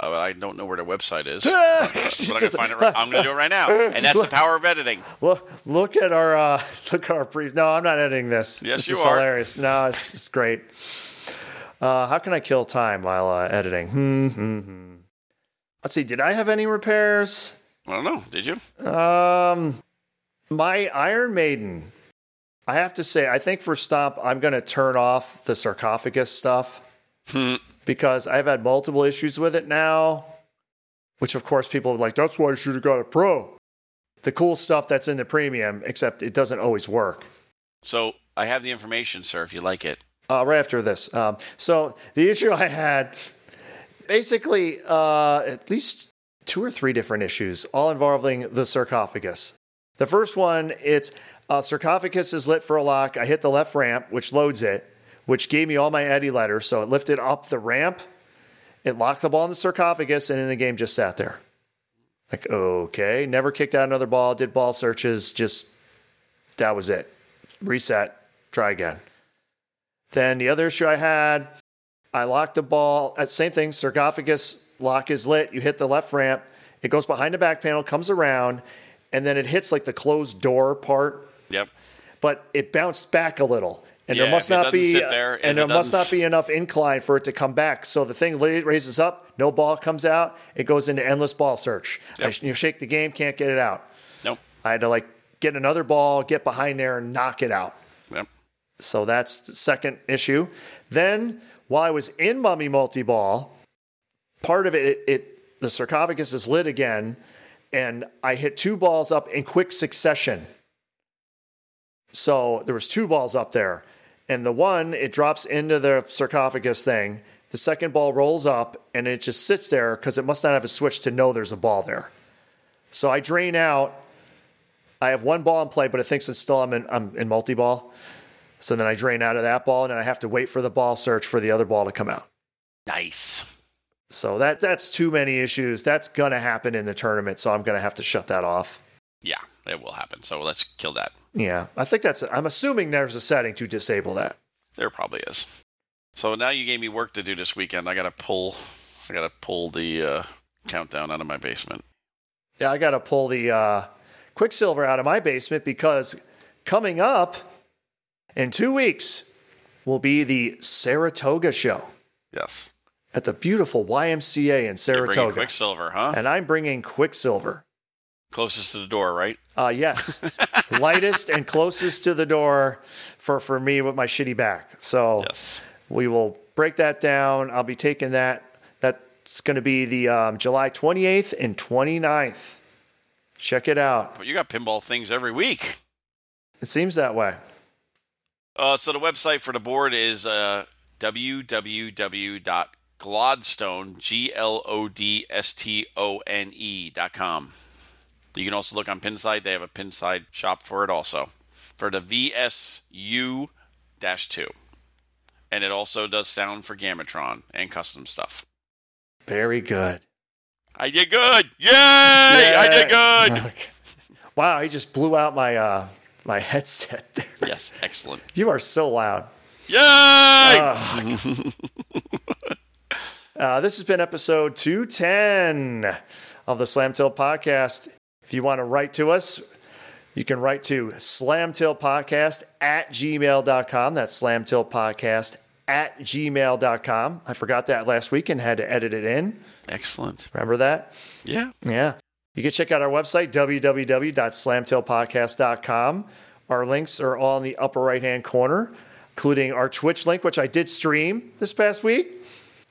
Speaker 4: Uh, I don't know where their website is. but I'm going to
Speaker 3: Just-
Speaker 4: find it. Right, I'm going to do it right now, and that's the power of editing.
Speaker 3: Look, look at our uh, look at our brief. No, I'm not editing this.
Speaker 4: Yes,
Speaker 3: this
Speaker 4: you
Speaker 3: is
Speaker 4: are.
Speaker 3: hilarious. No, it's, it's great. Uh, how can I kill time while uh, editing? Hmm, hmm, hmm. Let's see. Did I have any repairs?
Speaker 4: I don't know. Did you?
Speaker 3: Um, my Iron Maiden. I have to say, I think for Stomp, I'm going to turn off the sarcophagus stuff
Speaker 4: Hmm.
Speaker 3: because I've had multiple issues with it now. Which, of course, people are like, that's why you should have got a pro. The cool stuff that's in the premium, except it doesn't always work.
Speaker 4: So I have the information, sir, if you like it.
Speaker 3: Uh, right after this. Um, so, the issue I had basically uh, at least two or three different issues, all involving the sarcophagus. The first one, it's uh, sarcophagus is lit for a lock. I hit the left ramp, which loads it, which gave me all my eddy letters. So it lifted up the ramp, it locked the ball in the sarcophagus, and then the game just sat there. Like, okay, never kicked out another ball, did ball searches, just that was it. reset, try again. Then the other issue I had, I locked a ball. uh, Same thing, sarcophagus lock is lit. You hit the left ramp, it goes behind the back panel, comes around, and then it hits like the closed door part,
Speaker 4: Yep.
Speaker 3: but it bounced back a little. And
Speaker 4: Yeah,
Speaker 3: there must
Speaker 4: if it
Speaker 3: not
Speaker 4: doesn't
Speaker 3: be
Speaker 4: sit there
Speaker 3: and,
Speaker 4: and
Speaker 3: there
Speaker 4: it
Speaker 3: must not
Speaker 4: doesn't-
Speaker 3: be enough incline for it to come back. So the thing li- raises up, no ball comes out, it goes into endless ball search. I
Speaker 4: Yep.
Speaker 3: sh- you shake the game, can't get it out.
Speaker 4: Nope.
Speaker 3: I had to like get another ball, get behind there, and knock it out.
Speaker 4: Yep.
Speaker 3: So that's the second issue. Then while I was in Mummy Multi Ball, part of it, it, it the sarcophagus is lit again, and I hit two balls up in quick succession. So there was two balls up there, and the one it drops into the sarcophagus thing. The second ball rolls up and it just sits there because it must not have a switch to know there's a ball there. So I drain out. I have one ball in play, but it thinks it's still I'm in, I'm in multi ball. So then I drain out of that ball, and then I have to wait for the ball search for the other ball to come out.
Speaker 4: Nice.
Speaker 3: So that that's too many issues. That's gonna happen in the tournament, so I'm gonna have to shut that off.
Speaker 4: Yeah, it will happen. So let's kill that.
Speaker 3: Yeah, I think that's. I'm assuming there's a setting to disable that.
Speaker 4: There probably is. So now you gave me work to do this weekend. I gotta pull. I gotta pull the uh, countdown out of my basement.
Speaker 3: Yeah, I gotta pull the uh, Quicksilver out of my basement because coming up in two weeks will be the Saratoga show
Speaker 4: Yes.
Speaker 3: at the beautiful YMCA in
Speaker 4: You're bringing
Speaker 3: Saratoga,
Speaker 4: Quicksilver, huh?
Speaker 3: and I'm bringing Quicksilver.
Speaker 4: Closest to the door, right?
Speaker 3: Uh, yes, lightest and closest to the door for for me with my shitty back. So
Speaker 4: Yes.
Speaker 3: we will break that down. I'll be taking that. That's going to be the um, July 28th and 29th. Check it out.
Speaker 4: But you got pinball things every week.
Speaker 3: It seems that way.
Speaker 4: Uh, so the website for the board is uh, www.glodstone, G L O D S T O N E dot com. You can also look on Pinside. They have a Pinside shop for it also, for the VSU 2. And it also does sound for Gamatron and custom stuff.
Speaker 3: Very good.
Speaker 4: I did good! Yay! I did good!
Speaker 3: Wow, you just blew out my uh, my headset there.
Speaker 4: yes, excellent.
Speaker 3: You are so loud.
Speaker 4: Yay!
Speaker 3: Uh, this has been episode 210 of the Slamtail Podcast. If you want to write to us, you can write to slamtailpodcast at gmail.com. That's slamtailpodcast at gmail.com. I forgot that last week and had to edit it in.
Speaker 4: excellent.
Speaker 3: Remember that?
Speaker 4: Yeah.
Speaker 3: Yeah. You can check out our website, www.slamtailpodcast.com. Our links are all in the upper right hand corner, including our Twitch link, which I did stream this past week.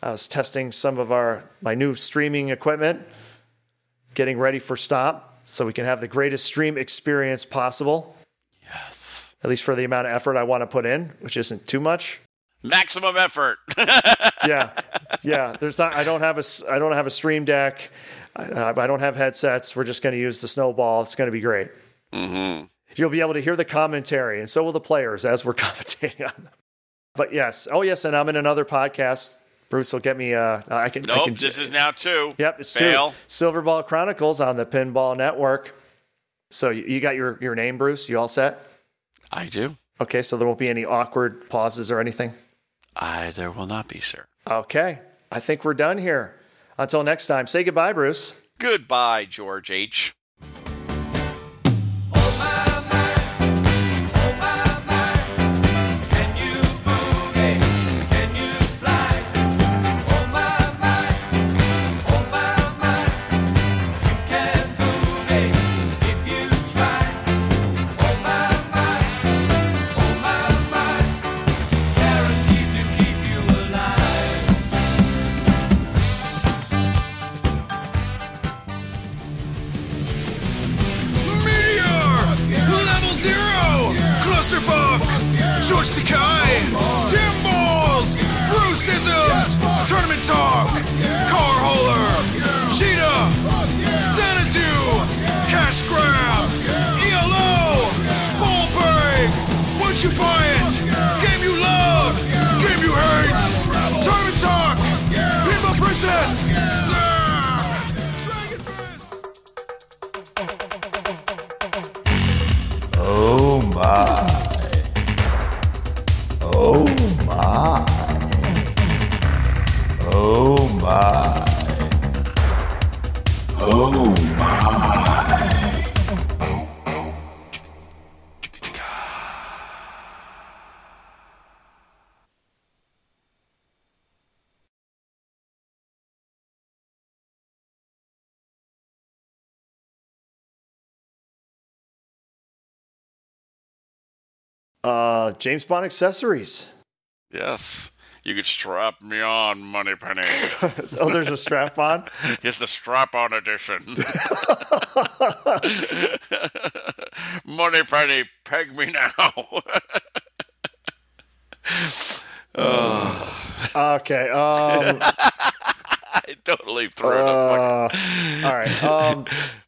Speaker 3: I was testing some of our my new streaming equipment, getting ready for Stomp, so we can have the greatest stream experience possible,
Speaker 4: Yes.
Speaker 3: at least for the amount of effort I want to put in, which isn't too much.
Speaker 4: Maximum effort.
Speaker 3: yeah, yeah. There's not. I don't have a. s- I don't have a stream deck. I, uh, I don't have headsets. We're just going to use the snowball. It's going to be great.
Speaker 4: mm-hmm.
Speaker 3: You'll be able to hear the commentary, and so will the players as we're commentating on them. But yes, oh yes, and I'm in another podcast. Bruce will get me. Uh, I can. I
Speaker 4: Nope,
Speaker 3: can,
Speaker 4: this is now two.
Speaker 3: Yep, it's
Speaker 4: fail.
Speaker 3: two. Silverball Chronicles on the Pinball Network. So you, you got your your name, Bruce. You all set?
Speaker 4: I do.
Speaker 3: Okay, so there won't be any awkward pauses or anything.
Speaker 4: I there will not be, sir.
Speaker 3: Okay, I think we're done here. Until next time, say goodbye, Bruce.
Speaker 4: Goodbye, George H.
Speaker 5: Meteor! Level Zero! Clusterfuck! George Takai! Tim Balls! Bruce Isms! Tournament Talk! Car Hauler! Cheetah! Xanadu! Cash Grab! E ELO! Ball Break! Would you buy it? Game you love! Game you hate! Tournament Talk! Pinball Princess! Zack! Dragon Fist!
Speaker 6: Oh my.
Speaker 3: Uh, James Bond accessories.
Speaker 4: Yes. You could strap me on, Moneypenny.
Speaker 3: oh, there's a strap on.
Speaker 4: It's the strap on edition. Moneypenny, peg me now.
Speaker 3: Okay. Um,
Speaker 4: I totally threw it up.
Speaker 3: uh, all right. Um,